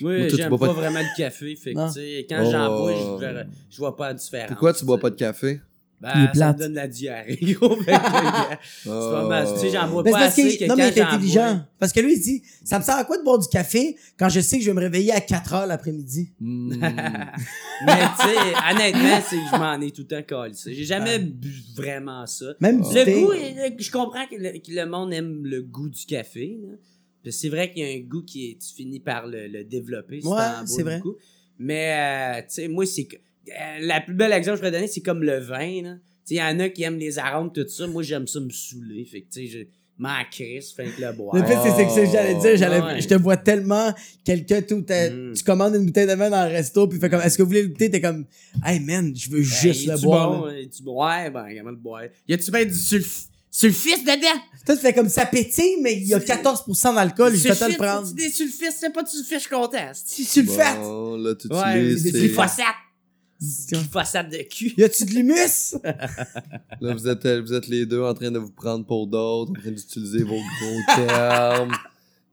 Speaker 3: Moi,
Speaker 1: Toi, tu
Speaker 3: j'aime pas,
Speaker 1: bois pas de-
Speaker 3: vraiment le café. Fait
Speaker 2: Non.
Speaker 3: que, tu sais, quand
Speaker 1: Oh.
Speaker 3: j'en bois, je vois- je vois pas la différence.
Speaker 1: Pourquoi tu bois pas de café?
Speaker 3: Ben,
Speaker 2: Il est
Speaker 3: ça
Speaker 2: plate.
Speaker 3: me donne la diarrhée, gros. Fait que, euh, pas mal. Tu sais, j'en bois
Speaker 2: Mais
Speaker 3: pas
Speaker 2: c'est parce
Speaker 3: assez
Speaker 2: qu'il-
Speaker 3: que
Speaker 2: non, mais
Speaker 3: quand
Speaker 2: il est
Speaker 3: j'en
Speaker 2: intelligent.
Speaker 3: bois-
Speaker 2: Parce que lui, il dit, ça me sert à quoi de boire du café quand je sais que je vais me réveiller à 4 heures l'après-midi?
Speaker 1: Hmm.
Speaker 3: Mais, tu sais, honnêtement, c'est que je m'en ai tout le temps collé. ça. J'ai jamais
Speaker 2: Ah.
Speaker 3: bu vraiment ça.
Speaker 2: Même du thé.
Speaker 3: Le goût, est- je comprends que le, que le monde aime le goût du café. là. Puis c'est vrai qu'il y a un goût qui est, tu finis par le, le développer. si
Speaker 2: Ouais,
Speaker 3: t'en bois
Speaker 2: c'est vrai.
Speaker 3: beaucoup. Mais, euh, tu sais, moi, c'est que. euh, la plus belle exemple que je pourrais donner, c'est comme le vin. là. Tu sais, il y en a qui aiment les arômes, tout ça. Moi, j'aime ça me saouler. Fait que, tu sais, je m'en crisse, fait que le boire.
Speaker 2: Le fait, c'est- c'est que c'est- j'allais dire, j'allais,
Speaker 3: Ouais.
Speaker 2: je te vois tellement quelqu'un, tout, t'as-
Speaker 3: Mm.
Speaker 2: tu commandes une bouteille de vin dans le resto, puis fait comme, est-ce que vous voulez le goûter? T'es comme, hey man, je veux
Speaker 3: Ben,
Speaker 2: juste le
Speaker 3: est-tu
Speaker 2: boire.
Speaker 3: Bon,
Speaker 2: là.
Speaker 3: est-tu bon? Ouais, ben, comment le boire? Y a-tu bien du sulf- sulfite dedans?
Speaker 2: Toi, tu fais comme, ça pétille, mais il y a
Speaker 3: C'est-
Speaker 2: 14% d'alcool, je vais te le prendre.
Speaker 3: C'est des sulfites, c'est pas du sulfite, je suis content.
Speaker 2: Si tu le fais,
Speaker 1: Bon, là, tu
Speaker 3: Ouais,
Speaker 1: utilises,
Speaker 3: c'est
Speaker 1: c'est-
Speaker 3: des phosphates. Glyphosate de cul.
Speaker 2: y a-tu de l'humus?
Speaker 1: Là, vous êtes, vous êtes les deux en train de vous prendre pour d'autres, en train d'utiliser vos gros termes.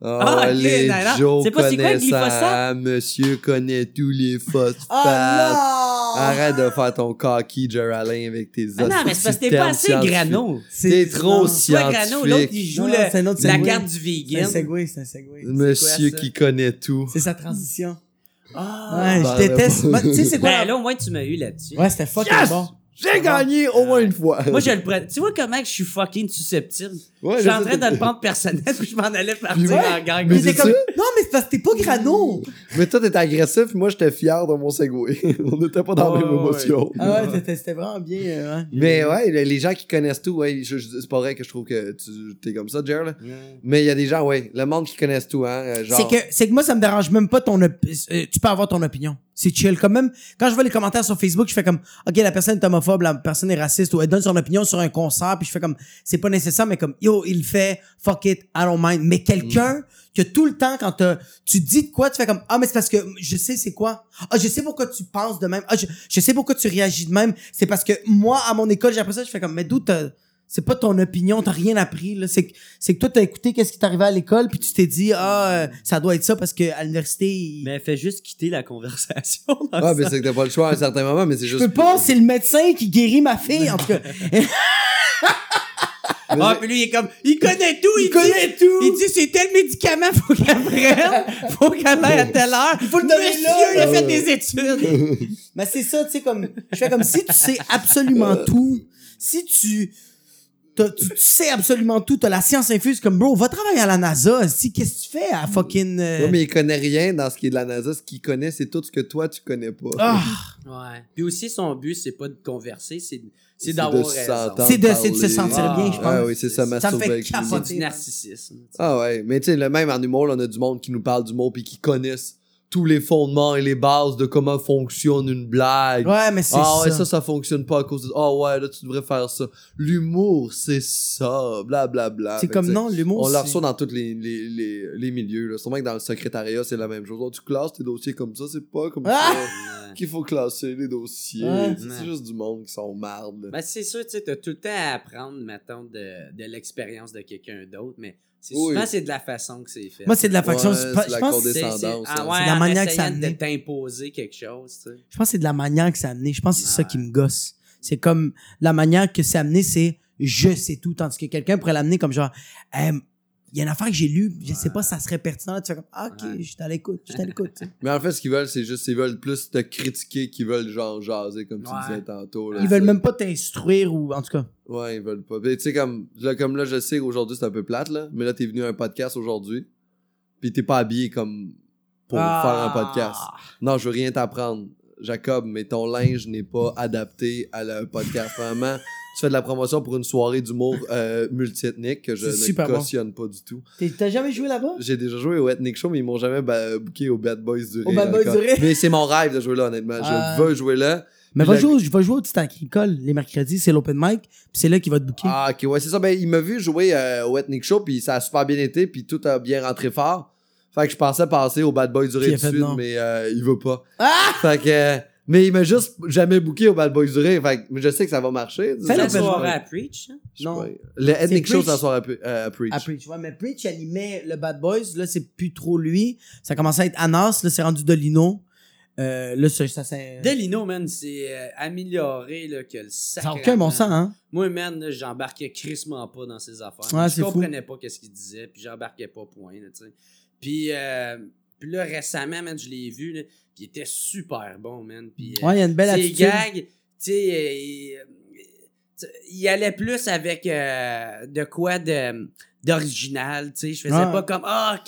Speaker 1: Oh,
Speaker 3: Ah, ok,
Speaker 1: les
Speaker 3: d'accord.
Speaker 1: Joe
Speaker 3: C'est pas- c'est quoi le
Speaker 1: connaissants,
Speaker 3: glyphosate?
Speaker 1: Bah,
Speaker 3: Ah,
Speaker 1: monsieur connaît tous les phosphates.
Speaker 2: Oh
Speaker 1: Arrête de faire ton cocky Geraldine avec tes
Speaker 3: Ah non, mais c'est parce que t'es pas assez grano.
Speaker 1: T'es trop
Speaker 2: non,
Speaker 3: C'est pas grano, l'autre il
Speaker 1: scientifique.
Speaker 3: joue
Speaker 2: Non,
Speaker 3: le-
Speaker 2: c'est un autre
Speaker 3: la
Speaker 2: segway.
Speaker 3: carte du
Speaker 2: C'est un
Speaker 3: vegan.
Speaker 2: segway, c'est un segway.
Speaker 1: Monsieur
Speaker 3: ça?
Speaker 1: qui connaît tout.
Speaker 2: C'est sa transition.
Speaker 3: Ah.
Speaker 2: Ouais,
Speaker 1: bah,
Speaker 2: je déteste.
Speaker 1: bah,
Speaker 2: Bah, Tu sais, c'est quoi?
Speaker 3: Ben
Speaker 2: la-
Speaker 3: là, au moins, tu m'as eu là-dessus.
Speaker 2: Ouais, c'était fucking
Speaker 1: Yes!
Speaker 2: bon.
Speaker 1: J'ai gagné au moins une fois.
Speaker 3: Moi, je le prends. Tu vois comment que je suis fucking susceptible?
Speaker 1: Ouais,
Speaker 3: je suis
Speaker 1: je
Speaker 3: en
Speaker 1: sais,
Speaker 3: train de
Speaker 1: t'es-
Speaker 3: le prendre personnel, puis je m'en allais partir
Speaker 1: Puis ouais,
Speaker 3: en gang.
Speaker 1: mais
Speaker 3: Mais
Speaker 2: Il était
Speaker 1: c'est
Speaker 2: comme,
Speaker 1: ça.
Speaker 2: non, mais c'est parce que t'es pas grano.
Speaker 1: Mais toi, t'étais agressif, moi, j'étais fier de mon segway. On n'était pas dans la
Speaker 3: Ouais,
Speaker 1: même
Speaker 3: Oh, ouais,
Speaker 1: émotion.
Speaker 2: Ah ouais, c'était- c'était vraiment bien. euh, ouais.
Speaker 1: Mais ouais, le- les gens qui connaissent tout, ouais, je- je- c'est pas vrai que je trouve que tu t'es comme ça, Jer. là. Mais il y a des gens, ouais, le monde qui connaissent tout, hein. euh, Genre,
Speaker 2: C'est que, c'est que moi, ça me dérange même pas ton op- euh, Tu peux avoir ton opinion. C'est chill. Quand même, quand je vois les commentaires sur Facebook, je fais comme, OK, la personne est homophobe, la personne est raciste, ou elle donne son opinion sur un concert, puis je fais comme, c'est pas nécessaire, mais comme, yo, il le fait, fuck it, I don't mind. Mais quelqu'un que tout le temps, quand t'as- tu dis de quoi, tu fais comme, ah, mais c'est parce que je sais c'est quoi. Ah, je sais pourquoi tu penses de même. Ah, je, je sais pourquoi tu réagis de même. C'est parce que moi, à mon école, j'ai appris ça, je fais comme, mais d'où t'as- c'est pas ton opinion, t'as rien appris, là. C'est que, c'est que toi, t'as écouté qu'est-ce qui t'arrivait à l'école, puis tu t'es dit, ah, euh, ça doit être ça parce que à l'université, il-
Speaker 3: elle fait juste quitter la conversation.
Speaker 1: Ah, mais c'est que t'as pas le choix à un certain moment, mais c'est
Speaker 2: je
Speaker 1: juste.
Speaker 2: peux pas, c'est le médecin qui guérit ma fille, en tout cas.
Speaker 1: Mais
Speaker 3: Ah, puis lui, il est comme, il connaît tout, il, dit-
Speaker 2: tout!
Speaker 3: Il dit, c'est tel médicament, faut qu'elle prenne, faut qu'elle aille à telle heure. Il faut le
Speaker 2: donner là.
Speaker 3: Monsieur, il a fait des études.
Speaker 2: Mais c'est ça, tu sais, comme, je fais comme si tu sais absolument tout, si tu, t'as- tu, tu sais absolument tout, t'as la science infuse, comme, bro, va travailler à la NASA, si, qu'est-ce que tu fais à fucking, euh,
Speaker 1: Ouais, mais il connaît rien dans ce qui est de la NASA. Ce qu'il connaît, c'est tout ce que toi, tu connais pas.
Speaker 2: ah,
Speaker 3: Ouais. Puis aussi, son but, c'est pas de converser, c'est, c'est
Speaker 1: C'est
Speaker 3: d'avoir
Speaker 1: de
Speaker 3: raison.
Speaker 1: s'entendre
Speaker 2: C'est de- c'est de se
Speaker 1: parler.
Speaker 2: sentir
Speaker 3: bien, je
Speaker 1: Ah
Speaker 3: pense.
Speaker 1: oui, c'est ça,
Speaker 3: Ça
Speaker 2: me
Speaker 1: masturber
Speaker 2: fait
Speaker 1: avec lui.
Speaker 2: capoter.
Speaker 3: C'est du narcissisme.
Speaker 1: Ah ouais, mais tu sais, le même en humour, là, on a du monde qui nous parle du mot puis qui connaissent tous les fondements et les bases de comment fonctionne une blague.
Speaker 2: ouais, mais c'est
Speaker 1: ah ouais,
Speaker 2: ça.
Speaker 1: ça, ça fonctionne pas à cause de. Ah ouais, là, tu devrais faire ça. L'humour, c'est ça, blablabla. Bla,
Speaker 2: C'est comme, non, l'humour,
Speaker 1: On le
Speaker 2: c'est-
Speaker 1: reçoit dans tous les, les, les, les milieux. Là. Sûrement que dans le secrétariat, c'est la même chose. Oh, tu classes tes dossiers comme ça, c'est pas comme
Speaker 2: Ah!
Speaker 1: ça qu'il faut classer les dossiers.
Speaker 2: Ouais.
Speaker 1: C'est
Speaker 3: Ouais.
Speaker 1: juste du monde qui sont marde. là.
Speaker 3: Ben, c'est sûr, tu sais, t'as tout le temps à apprendre, mettons, de, de l'expérience de quelqu'un d'autre, mais c'est
Speaker 1: Oui.
Speaker 3: souvent, c'est de la façon que c'est fait.
Speaker 2: Moi, c'est de la faction,
Speaker 1: Ouais,
Speaker 2: je
Speaker 1: c'est la
Speaker 2: pense,
Speaker 1: condescendance.
Speaker 3: C'est- c'est-
Speaker 1: descendance,
Speaker 3: ah
Speaker 1: hein.
Speaker 3: ouais,
Speaker 2: C'est la
Speaker 3: en
Speaker 2: manière que ça
Speaker 3: essayant
Speaker 2: naît.
Speaker 3: de t'imposer quelque chose, tu sais.
Speaker 2: Je pense que c'est de la manière que c'est amené. Je pense que c'est ça
Speaker 3: Ouais.
Speaker 2: qui me gosse. C'est comme la manière que c'est amené, c'est je sais tout. Tandis que quelqu'un pourrait l'amener comme genre, Hey, il y a une affaire que j'ai lue, je sais pas, ça serait pertinent. Tu fais comme, Ah, ok,
Speaker 3: Ouais.
Speaker 2: je suis à l'écoute, je suis à l'écoute. tu sais.
Speaker 1: Mais en fait, ce qu'ils veulent, c'est juste, ils veulent plus te critiquer qu'ils veulent genre jaser, comme tu
Speaker 3: Ouais.
Speaker 1: disais tantôt. là.
Speaker 2: Ils veulent même pas t'instruire ou en tout cas.
Speaker 1: Ouais, ils veulent pas. Mais tu sais, comme là, comme là, je sais aujourd'hui, c'est un peu plate, là. Mais là, t'es venu à un podcast aujourd'hui. Puis t'es pas habillé comme pour
Speaker 2: Ah.
Speaker 1: faire un podcast. Non, je veux rien t'apprendre, Jacob, mais ton linge n'est pas adapté à la- un podcast. Vraiment, tu fais de la promotion pour une soirée d'humour euh, multiethnique que je
Speaker 2: C'est
Speaker 1: ne
Speaker 2: super bon.
Speaker 1: cautionne pas du tout.
Speaker 2: T'es- T'as jamais joué là-bas?
Speaker 1: J'ai déjà joué au Ethnic Show, mais ils m'ont jamais ba- booké au Bad Boys du Rire.
Speaker 2: Au Bad Boys
Speaker 1: encore.
Speaker 2: du Rire.
Speaker 1: Mais c'est mon rêve de jouer là, honnêtement. Je
Speaker 2: Euh.
Speaker 1: veux jouer là.
Speaker 2: Mais
Speaker 1: Puis
Speaker 2: va
Speaker 1: la-
Speaker 2: jouer, au- va jouer au petit agricole les mercredis, c'est l'open mic, puis c'est là qu'il va te booker.
Speaker 1: Ah, ok, ouais, c'est ça. Ben, il m'a vu jouer euh, au Ethnic Show, puis ça a super bien été, puis tout a bien rentré fort. Fait que je pensais passer au Bad Boys du
Speaker 2: Puis il
Speaker 1: Rire
Speaker 2: a
Speaker 1: du
Speaker 2: fait
Speaker 1: Sud,
Speaker 2: non.
Speaker 1: mais euh, il veut pas.
Speaker 2: Ah!
Speaker 1: Fait que. euh, mais il m'a juste jamais booké au Bad Boys du Rire. Fait que mais je sais que ça va marcher.
Speaker 2: Fais
Speaker 3: C'est
Speaker 2: la
Speaker 3: la
Speaker 1: Je sais pas.
Speaker 3: soirée à Preach, hein?
Speaker 1: Je sais
Speaker 2: Non.
Speaker 1: pas. Le Ethnic
Speaker 2: C'est
Speaker 1: Show,
Speaker 2: Preach.
Speaker 1: c'est la soirée à, Pre- euh, à Preach.
Speaker 2: Après, tu vois, mais Ah, Preach animait le Bad Boys. Là, c'est plus trop lui. Ça commençait à être Anas. Là, c'est rendu Dolino. Euh, là, ça, ça c'est...
Speaker 3: Delino, man, c'est euh, amélioré, là, que le sac.
Speaker 2: Ça n'a aucun bon sens, hein?
Speaker 3: Moi, man, là, j'embarquais crissement pas dans ses affaires.
Speaker 2: Ouais, c'est
Speaker 3: je
Speaker 2: fou.
Speaker 3: comprenais pas qu'est-ce qu'il disait, puis j'embarquais pas, point, là, tu sais. Puis, euh, puis là, récemment, man, je l'ai vu, là, puis il était super bon, man. Puis, euh,
Speaker 2: Ouais, il y a une belle
Speaker 3: Ces
Speaker 2: attitude.
Speaker 3: gags, tu sais, euh, il- tu sais, il allait plus avec euh, de quoi de- d'original, tu sais. Je faisais
Speaker 2: Ouais.
Speaker 3: pas comme, ah, ok,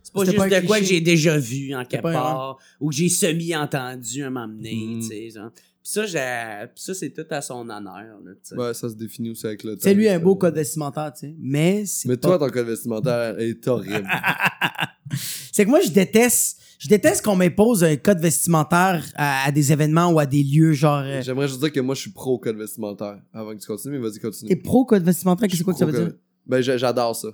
Speaker 3: c'est pas
Speaker 2: C'était
Speaker 3: juste
Speaker 2: pas un
Speaker 3: de quoi que
Speaker 2: cliché.
Speaker 3: j'ai déjà vu en quelque
Speaker 2: pas un
Speaker 3: part, ou que j'ai semi-entendu un moment donné,
Speaker 1: Mm.
Speaker 3: tu sais. genre. Puis ça, j'ai- puis ça c'est tout à son honneur, là, tu sais.
Speaker 1: Ouais, ça se définit aussi avec le temps.
Speaker 2: C'est lui un beau
Speaker 1: ça.
Speaker 2: code vestimentaire, tu sais. Mais c'est
Speaker 1: Mais
Speaker 2: pas-
Speaker 1: toi, ton code vestimentaire est horrible.
Speaker 2: C'est que moi, je déteste... Je déteste qu'on m'impose un code vestimentaire à, à des événements ou à des lieux, genre... euh,
Speaker 1: J'aimerais juste dire que moi, je suis pro code vestimentaire. Avant que tu continues, mais vas-y, continue.
Speaker 2: T'es pro code vestimentaire? Qu'est-ce que ça veut
Speaker 1: Pro
Speaker 2: dire?
Speaker 1: code- Ben, j'a- j'adore ça.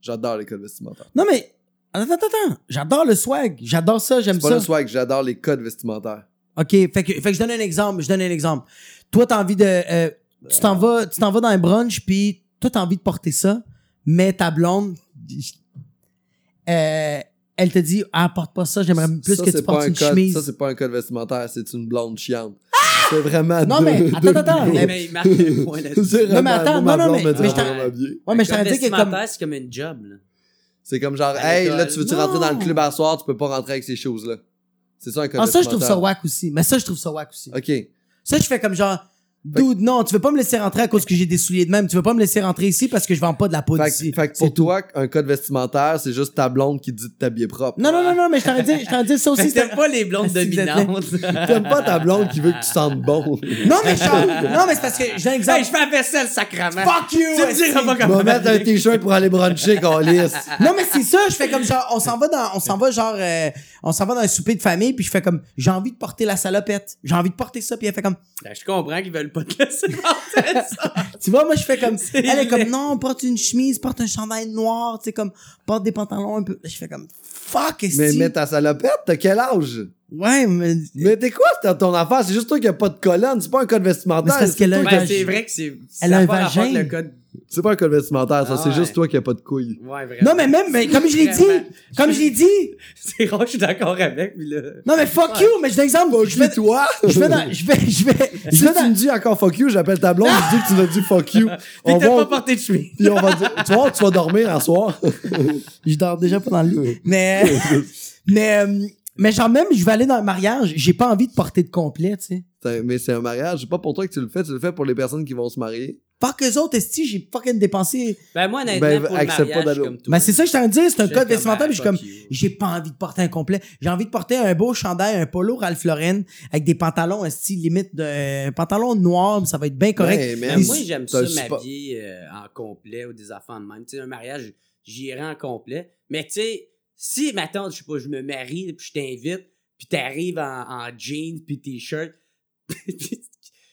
Speaker 1: J'adore les codes vestimentaires.
Speaker 2: Non, mais... Attends, attends, attends. J'adore le swag. J'adore ça, j'aime
Speaker 1: C'est
Speaker 2: ça.
Speaker 1: pas le swag, j'adore les codes vestimentaires.
Speaker 2: OK, fait que, fait que je donne un exemple, je donne un exemple. Toi, t'as envie de... euh, tu t'en vas, tu t'en vas dans un brunch, puis toi, t'as envie de porter ça, mais ta blonde, euh, elle te dit, ah, porte pas ça, j'aimerais plus
Speaker 1: Ça,
Speaker 2: que
Speaker 1: c'est
Speaker 2: tu
Speaker 1: pas
Speaker 2: portes
Speaker 1: un
Speaker 2: une
Speaker 1: code-
Speaker 2: chemise.
Speaker 1: Ça, c'est pas un code vestimentaire, c'est une blonde chiante. C'est vraiment
Speaker 2: Non,
Speaker 1: deux-
Speaker 2: mais
Speaker 1: deux
Speaker 2: attends, attends,
Speaker 1: niveaux.
Speaker 3: Mais, mais il marque le point là-dessus.
Speaker 1: C'est
Speaker 2: Non, Ah, mais
Speaker 1: vraiment-
Speaker 2: attends,
Speaker 1: moi,
Speaker 2: non, non,
Speaker 1: ma blonde me
Speaker 2: mais-
Speaker 1: dit,
Speaker 2: mais
Speaker 1: Ah,
Speaker 2: je
Speaker 1: vraiment bien.
Speaker 2: Ouais, mais je t'avais dit que comme.
Speaker 3: c'est comme une job. Là.
Speaker 1: C'est comme genre,
Speaker 3: À
Speaker 1: hey,
Speaker 3: l'école.
Speaker 1: là, tu veux-tu
Speaker 2: Ah, Non.
Speaker 1: rentrer dans le club à soir, tu peux pas rentrer avec ces choses-là. C'est ça un code
Speaker 2: Ah, ça, je trouve ça
Speaker 1: vestimentaire.
Speaker 2: whack aussi. Mais ça, je trouve ça whack aussi.
Speaker 1: Ok.
Speaker 2: Ça, je fais comme genre. Dude, non, tu veux pas me laisser rentrer à cause que j'ai des souliers de même. Tu veux pas me laisser rentrer ici parce que je vends pas de la peau
Speaker 1: Fait,
Speaker 2: d'ici.
Speaker 1: que- fait que
Speaker 2: C'est
Speaker 1: pour
Speaker 2: tout.
Speaker 1: toi, un code vestimentaire, c'est juste ta blonde qui dit de t'habiller propre.
Speaker 2: Non, non, non, non, mais je t'en ai dit, je t'en ai dit ça aussi.
Speaker 3: C'était
Speaker 2: c'était-
Speaker 3: pas les
Speaker 2: Est-ce
Speaker 3: blondes
Speaker 2: que vous êtes
Speaker 3: dominantes.
Speaker 1: T'aimes pas ta blonde qui veut que tu sentes bon.
Speaker 2: Non, mais je Non, mais c'est parce que j'ai un exemple.
Speaker 3: Hey, je fais la vaisselle, sacrament.
Speaker 2: Fuck you!
Speaker 3: Ben, Tu me diras pas
Speaker 1: Tu vas
Speaker 3: comment.
Speaker 1: mettre un t-shirt pour aller bruncher, qu'on lisse.
Speaker 2: Non, mais c'est ça, je fais comme genre, on s'en va dans, on s'en va genre, euh, on s'en va dans un souper de famille, puis je fais comme, j'ai envie de porter la salopette. J'ai envie de porter ça, puis elle fait comme,
Speaker 3: Ben, je comprends qu'ils veulent pas te laisser porter ça.
Speaker 2: tu vois, moi, je fais comme, elle est
Speaker 3: laid.
Speaker 2: comme, non, porte une chemise, porte un chandail noir, tu sais, comme, porte des pantalons un peu. Je fais comme, fuck, est-ce
Speaker 1: Mais
Speaker 2: que-
Speaker 1: mets ta salopette, t'as quel âge?
Speaker 2: Ouais, mais,
Speaker 1: Mais t'es quoi, c'est ton affaire? C'est juste toi qui a pas de colonne, c'est pas un code
Speaker 2: mais
Speaker 1: vestimentaire.
Speaker 2: c'est parce qu'elle a un
Speaker 3: Ben,
Speaker 2: vagin.
Speaker 3: c'est vrai que c'est.
Speaker 2: Elle
Speaker 3: ça
Speaker 2: a un
Speaker 3: pas rapport avec
Speaker 2: vagin.
Speaker 3: Le code...
Speaker 1: C'est pas un code vestimentaire, ça,
Speaker 3: Ah
Speaker 1: c'est
Speaker 3: ouais.
Speaker 1: juste toi qui a pas de couilles.
Speaker 3: Ouais, vraiment.
Speaker 2: Non, mais même, mais comme je l'ai
Speaker 3: Vraiment.
Speaker 2: dit, comme je l'ai dit,
Speaker 3: C'est rare, je suis d'accord avec, mais là.
Speaker 2: non, mais fuck you, mais j'ai un exemple, je vais,
Speaker 1: toi!
Speaker 2: je vais dans, je vais, je vais,
Speaker 1: Si
Speaker 2: je
Speaker 1: tu
Speaker 2: vais dans,
Speaker 1: me dis encore fuck you, j'appelle ta blonde, je dis que tu l'as dit fuck you.
Speaker 3: Puis
Speaker 1: On
Speaker 3: t'as
Speaker 1: va,
Speaker 3: pas porté de chemise.
Speaker 1: puis on va dire, tu vois, tu vas dormir à soir.
Speaker 2: Je dors déjà pas dans le lit. Mais, mais, euh, mais genre même, je vais aller dans un mariage, j'ai pas envie de porter de complet, tu sais.
Speaker 1: Putain, Mais c'est un mariage, c'est pas pour toi que tu le fais, tu le fais pour les personnes qui vont se marier.
Speaker 2: Pas que autres, esti, j'ai fucking dépensé.
Speaker 3: Ben, moi, honnêtement,
Speaker 1: Ben,
Speaker 3: pour le
Speaker 1: accepte pas
Speaker 3: mariage,
Speaker 1: d'aller au-
Speaker 3: comme toi.
Speaker 2: Mais Ben, c'est ça que je t'en dis, c'est un
Speaker 3: J'ai
Speaker 2: code
Speaker 3: comme,
Speaker 2: vestimentaire,
Speaker 3: ah,
Speaker 2: puis je suis comme,
Speaker 3: fuck you.
Speaker 2: j'ai pas envie de porter un complet. J'ai envie de porter un beau chandail, un polo Ralph Lauren, avec des pantalons, esti, limite de, un pantalon noir, ça va être bien correct.
Speaker 1: Ouais,
Speaker 3: Ben,
Speaker 1: man,
Speaker 3: moi, j'aime ça
Speaker 1: t'as le spa-
Speaker 3: m'habiller euh, en complet ou des affaires de même. Tu sais, un mariage, j'irai en complet. Mais tu sais, si, maintenant, je sais pas, je me marie, puis je t'invite, puis t'arrives en, en jeans, puis t-shirt, puis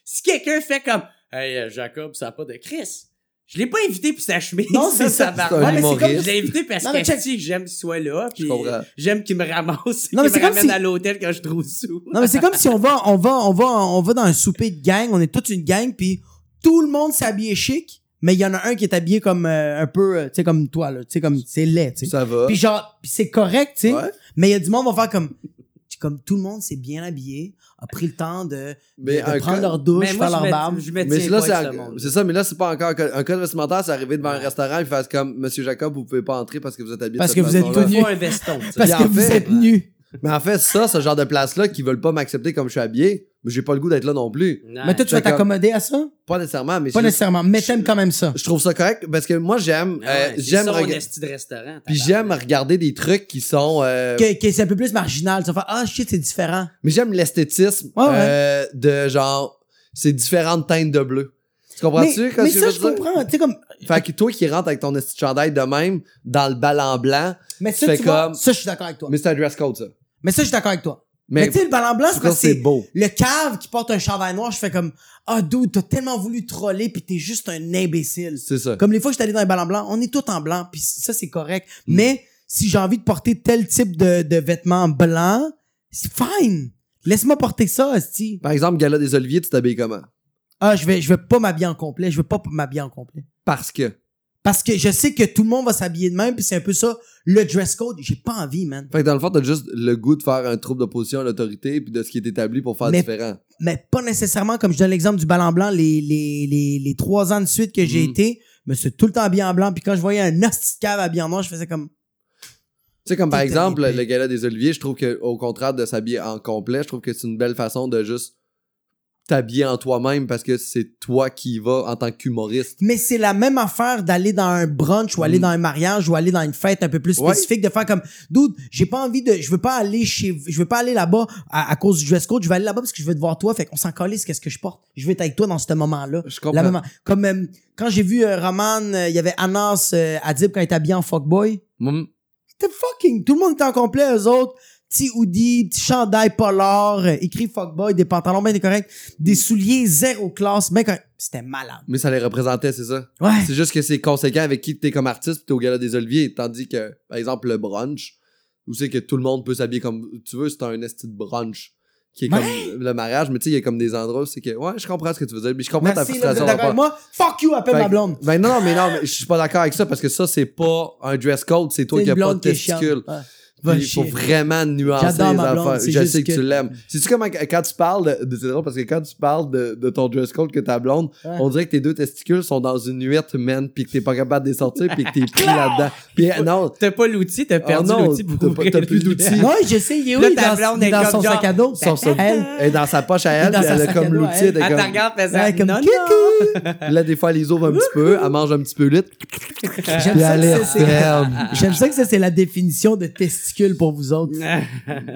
Speaker 3: si quelqu'un fait comme « Hey, euh, Jacob, ça n'a pas de Chris », je l'ai pas invité pour sa chemise.
Speaker 2: Non, c'est ça,
Speaker 1: c'est un
Speaker 3: va.
Speaker 2: mais c'est
Speaker 1: humoriste.
Speaker 2: comme-
Speaker 3: Je l'ai invité parce
Speaker 2: Non, mais
Speaker 3: que
Speaker 2: check.
Speaker 3: si j'aime qu'il soit là, puis
Speaker 1: comprends.
Speaker 3: j'aime qu'il me ramasse,
Speaker 2: Non, mais
Speaker 3: qu'il
Speaker 2: c'est
Speaker 3: me
Speaker 2: comme
Speaker 3: ramène
Speaker 2: si-
Speaker 3: à l'hôtel quand je trouve sous.
Speaker 2: Non, mais c'est comme si on va, on va, on va, on va dans un souper de gang, on est toute une gang, puis tout le monde s'habille chic, mais il y en a un qui est habillé comme euh, un peu, euh, tu sais, comme toi, là, tu sais, comme, c'est laid, tu sais.
Speaker 1: Ça va.
Speaker 2: Puis genre, puis c'est correct, tu sais.
Speaker 1: Ouais.
Speaker 2: Mais il y a du monde qui va faire comme, tu- comme tout le monde s'est bien habillé, a pris le temps de, de,
Speaker 1: Mais un
Speaker 2: prendre
Speaker 1: code-
Speaker 2: leur douche,
Speaker 3: Mais
Speaker 2: faire
Speaker 3: moi, je
Speaker 2: leur
Speaker 3: me-
Speaker 2: barbe.
Speaker 3: je me
Speaker 1: Mais
Speaker 3: tiens
Speaker 1: là,
Speaker 3: pas
Speaker 1: c'est
Speaker 3: avec
Speaker 1: en-
Speaker 3: ce monde.
Speaker 1: c'est ça, mais là, c'est pas encore un code, un code vestimentaire, c'est arrivé devant un
Speaker 3: Ouais.
Speaker 1: restaurant et faire comme Monsieur Jacob, vous pouvez pas entrer parce que vous êtes habillé. de
Speaker 2: Parce
Speaker 1: cette
Speaker 2: que vous êtes
Speaker 1: façon-là.
Speaker 2: connu.
Speaker 3: Faut un veston. tu sais.
Speaker 2: Parce
Speaker 1: Bien
Speaker 2: que vous
Speaker 1: fait.
Speaker 2: êtes nus.
Speaker 1: Mais en fait, ça, ce genre de place-là qui veulent pas m'accepter comme je suis habillé, mais j'ai pas le goût d'être là non plus.
Speaker 3: Ouais.
Speaker 2: Mais toi, tu vas
Speaker 1: D'accord.
Speaker 2: t'accommoder à ça?
Speaker 1: Pas nécessairement, mais
Speaker 2: Pas
Speaker 1: c'est-
Speaker 2: nécessairement, mais t'aimes quand même ça.
Speaker 1: je trouve ça correct parce que moi, j'aime,
Speaker 3: Ah
Speaker 1: euh,
Speaker 3: ouais, c'est
Speaker 1: j'aime,
Speaker 3: ça, mon
Speaker 1: rega-
Speaker 3: esti de restaurant.
Speaker 1: puis
Speaker 3: tabarnak.
Speaker 1: j'aime regarder des trucs qui sont, euh,
Speaker 2: Que, que c'est un peu plus marginal. Tu vas faire, ah shit, c'est différent.
Speaker 1: mais j'aime l'esthétisme
Speaker 2: Ouais, ouais.
Speaker 1: euh, de genre, c'est différentes teintes de bleu. Tu comprends-tu?
Speaker 2: mais
Speaker 1: quand
Speaker 2: mais
Speaker 1: ce que
Speaker 2: ça,
Speaker 1: veux
Speaker 2: je
Speaker 1: dire?
Speaker 2: comprends. Tu sais, comme,
Speaker 1: Fait que toi qui rentres avec ton esti de chandail de même dans le ballon blanc,
Speaker 2: mais ça,
Speaker 1: Fais
Speaker 2: tu vois,
Speaker 1: comme-
Speaker 2: ça, je suis d'accord avec toi.
Speaker 1: mais c'est un dress code ça.
Speaker 2: Mais ça, je suis d'accord avec toi. Mais,
Speaker 1: Mais,
Speaker 2: tu sais, le ballon blanc,
Speaker 1: je
Speaker 2: c'est
Speaker 1: trouve
Speaker 2: parce
Speaker 1: que
Speaker 2: que
Speaker 1: c'est
Speaker 2: c'est
Speaker 1: beau.
Speaker 2: le cave qui porte un chandail noir. Je fais comme, ah, dude, t'as tellement voulu troller pis t'es juste un imbécile.
Speaker 1: C'est ça.
Speaker 2: Comme les fois que j'étais allé dans les ballons blancs, on est tout en blanc, puis ça, c'est correct.
Speaker 1: Mm.
Speaker 2: Mais si j'ai envie de porter tel type de, de vêtements blancs, c'est fine. Laisse-moi porter ça, esti.
Speaker 1: Par exemple, Gala des Oliviers, tu t'habilles comment?
Speaker 2: Ah, je vais, je vais pas m'habiller en complet. Je veux pas m'habiller en complet.
Speaker 1: Parce que.
Speaker 2: Parce que je sais que tout le monde va s'habiller de même, puis c'est un peu ça. Le dress code, j'ai pas envie, man.
Speaker 1: Fait que dans le fond, t'as juste le goût de faire un trouble d'opposition à l'autorité puis de ce qui est établi pour faire
Speaker 2: Mais-
Speaker 1: différent.
Speaker 2: Mais pas nécessairement, comme je donne l'exemple du ballon blanc, les, les, les, les trois ans de suite que j'ai
Speaker 1: Mm.
Speaker 2: été, mais c'est tout le temps habillé en blanc. Puis quand je voyais un hostie de cave habillé en noir, je faisais comme...
Speaker 1: Tu sais, comme par
Speaker 2: Tout
Speaker 1: exemple,
Speaker 2: habillé.
Speaker 1: le gala des Oliviers, je trouve que au contraire de s'habiller en complet, je trouve que c'est une belle façon de juste t'habiller en toi-même parce que c'est toi qui y vas en tant qu'humoriste.
Speaker 2: Mais c'est la même affaire d'aller dans un brunch ou aller
Speaker 1: Mm.
Speaker 2: dans un mariage ou aller dans une fête un peu plus
Speaker 1: Ouais.
Speaker 2: spécifique, de faire comme, dude, j'ai pas envie de, je veux pas aller chez, je veux pas aller là-bas à, à cause du dress code, je vais aller là-bas parce que je veux te voir toi, fait qu'on s'en calisse, qu'est-ce que je porte. Je vais être avec toi dans ce moment-là.
Speaker 1: Je
Speaker 2: La
Speaker 1: comprends.
Speaker 2: même, comme, euh, quand j'ai vu euh, Roman, euh, il y avait Anas, euh, Adib quand il était habillé en fuckboy.
Speaker 1: Mm.
Speaker 2: C'était fucking, tout le monde était en complet, eux autres. Petit hoodie, petit chandail polar, euh, écrit fuckboy, des pantalons bien corrects, des souliers zéro classe, ben correct. C'était malade.
Speaker 1: Mais ça les représentait, c'est ça.
Speaker 2: Ouais.
Speaker 1: C'est juste que c'est conséquent avec qui t'es comme artiste pis t'es au gala des Oliviers. Tandis que, par exemple, le brunch, où c'est que tout le monde peut s'habiller comme tu veux, c'est un esti de brunch. Qui est comme le mariage, mais tu sais, il y a comme des endroits où c'est que, ouais, je comprends ce que tu veux dire, mais je comprends ta
Speaker 2: Merci, là, vous
Speaker 1: frustration.
Speaker 2: êtes d'accord
Speaker 1: d'avoir-
Speaker 2: avec moi. Fuck you, appelle
Speaker 1: Fait
Speaker 2: ma
Speaker 1: que-
Speaker 2: blonde.
Speaker 1: Ben non, mais non, mais je suis pas d'accord avec ça parce que ça, c'est pas un dress code, c'est toi
Speaker 2: C'est
Speaker 1: qui
Speaker 2: une
Speaker 1: a pas de
Speaker 2: blonde qui est chiante.
Speaker 1: testicules.
Speaker 2: Ouais. Va
Speaker 1: Il faut
Speaker 2: chier.
Speaker 1: vraiment nuancer les
Speaker 2: J'adore ma blonde,
Speaker 1: affaires.
Speaker 2: c'est
Speaker 1: Je
Speaker 2: juste
Speaker 1: sais que,
Speaker 2: que-
Speaker 1: tu l'aimes. C'est-tu comment qu- quand tu parles de, de- c'est drôle parce que quand tu parles de, de ton dress code que ta blonde,
Speaker 2: Ouais.
Speaker 1: on dirait que tes deux testicules sont dans une huître, man, pis que t'es pas capable de les sortir pis que t'es pris là-dedans. Pis euh, non,
Speaker 3: T'as pas l'outil, t'as
Speaker 1: oh
Speaker 3: perdu
Speaker 1: non,
Speaker 3: l'outil pour
Speaker 1: t'as
Speaker 3: ouvrir
Speaker 1: pas- t'as plus
Speaker 3: le-
Speaker 1: d'outils.
Speaker 2: Non, je sais, il est où?
Speaker 3: Là,
Speaker 2: il est
Speaker 3: ta
Speaker 2: dans,
Speaker 3: blonde
Speaker 2: il est
Speaker 3: est
Speaker 2: dans
Speaker 3: comme
Speaker 2: son
Speaker 3: genre-
Speaker 2: sac à dos.
Speaker 1: Son sac-
Speaker 2: Elle.
Speaker 1: Elle est dans sa poche à elle,
Speaker 2: Dans
Speaker 1: pis
Speaker 2: sa
Speaker 1: elle a
Speaker 2: sac à
Speaker 1: comme
Speaker 2: dos à
Speaker 1: l'outil,
Speaker 2: elle.
Speaker 1: elle est
Speaker 3: Elle te
Speaker 1: comme...
Speaker 3: regarde,
Speaker 2: Elle est
Speaker 3: faisait
Speaker 2: comme
Speaker 3: non, non.
Speaker 1: Puis Là, des fois, elle les ouvre un petit peu, elle mange un petit peu vite, pis
Speaker 2: J'aime ça
Speaker 1: elle
Speaker 2: que
Speaker 1: est
Speaker 2: ça, c'est-
Speaker 1: ferme.
Speaker 2: J'aime ça que ça, c'est la définition de testicule pour vous autres.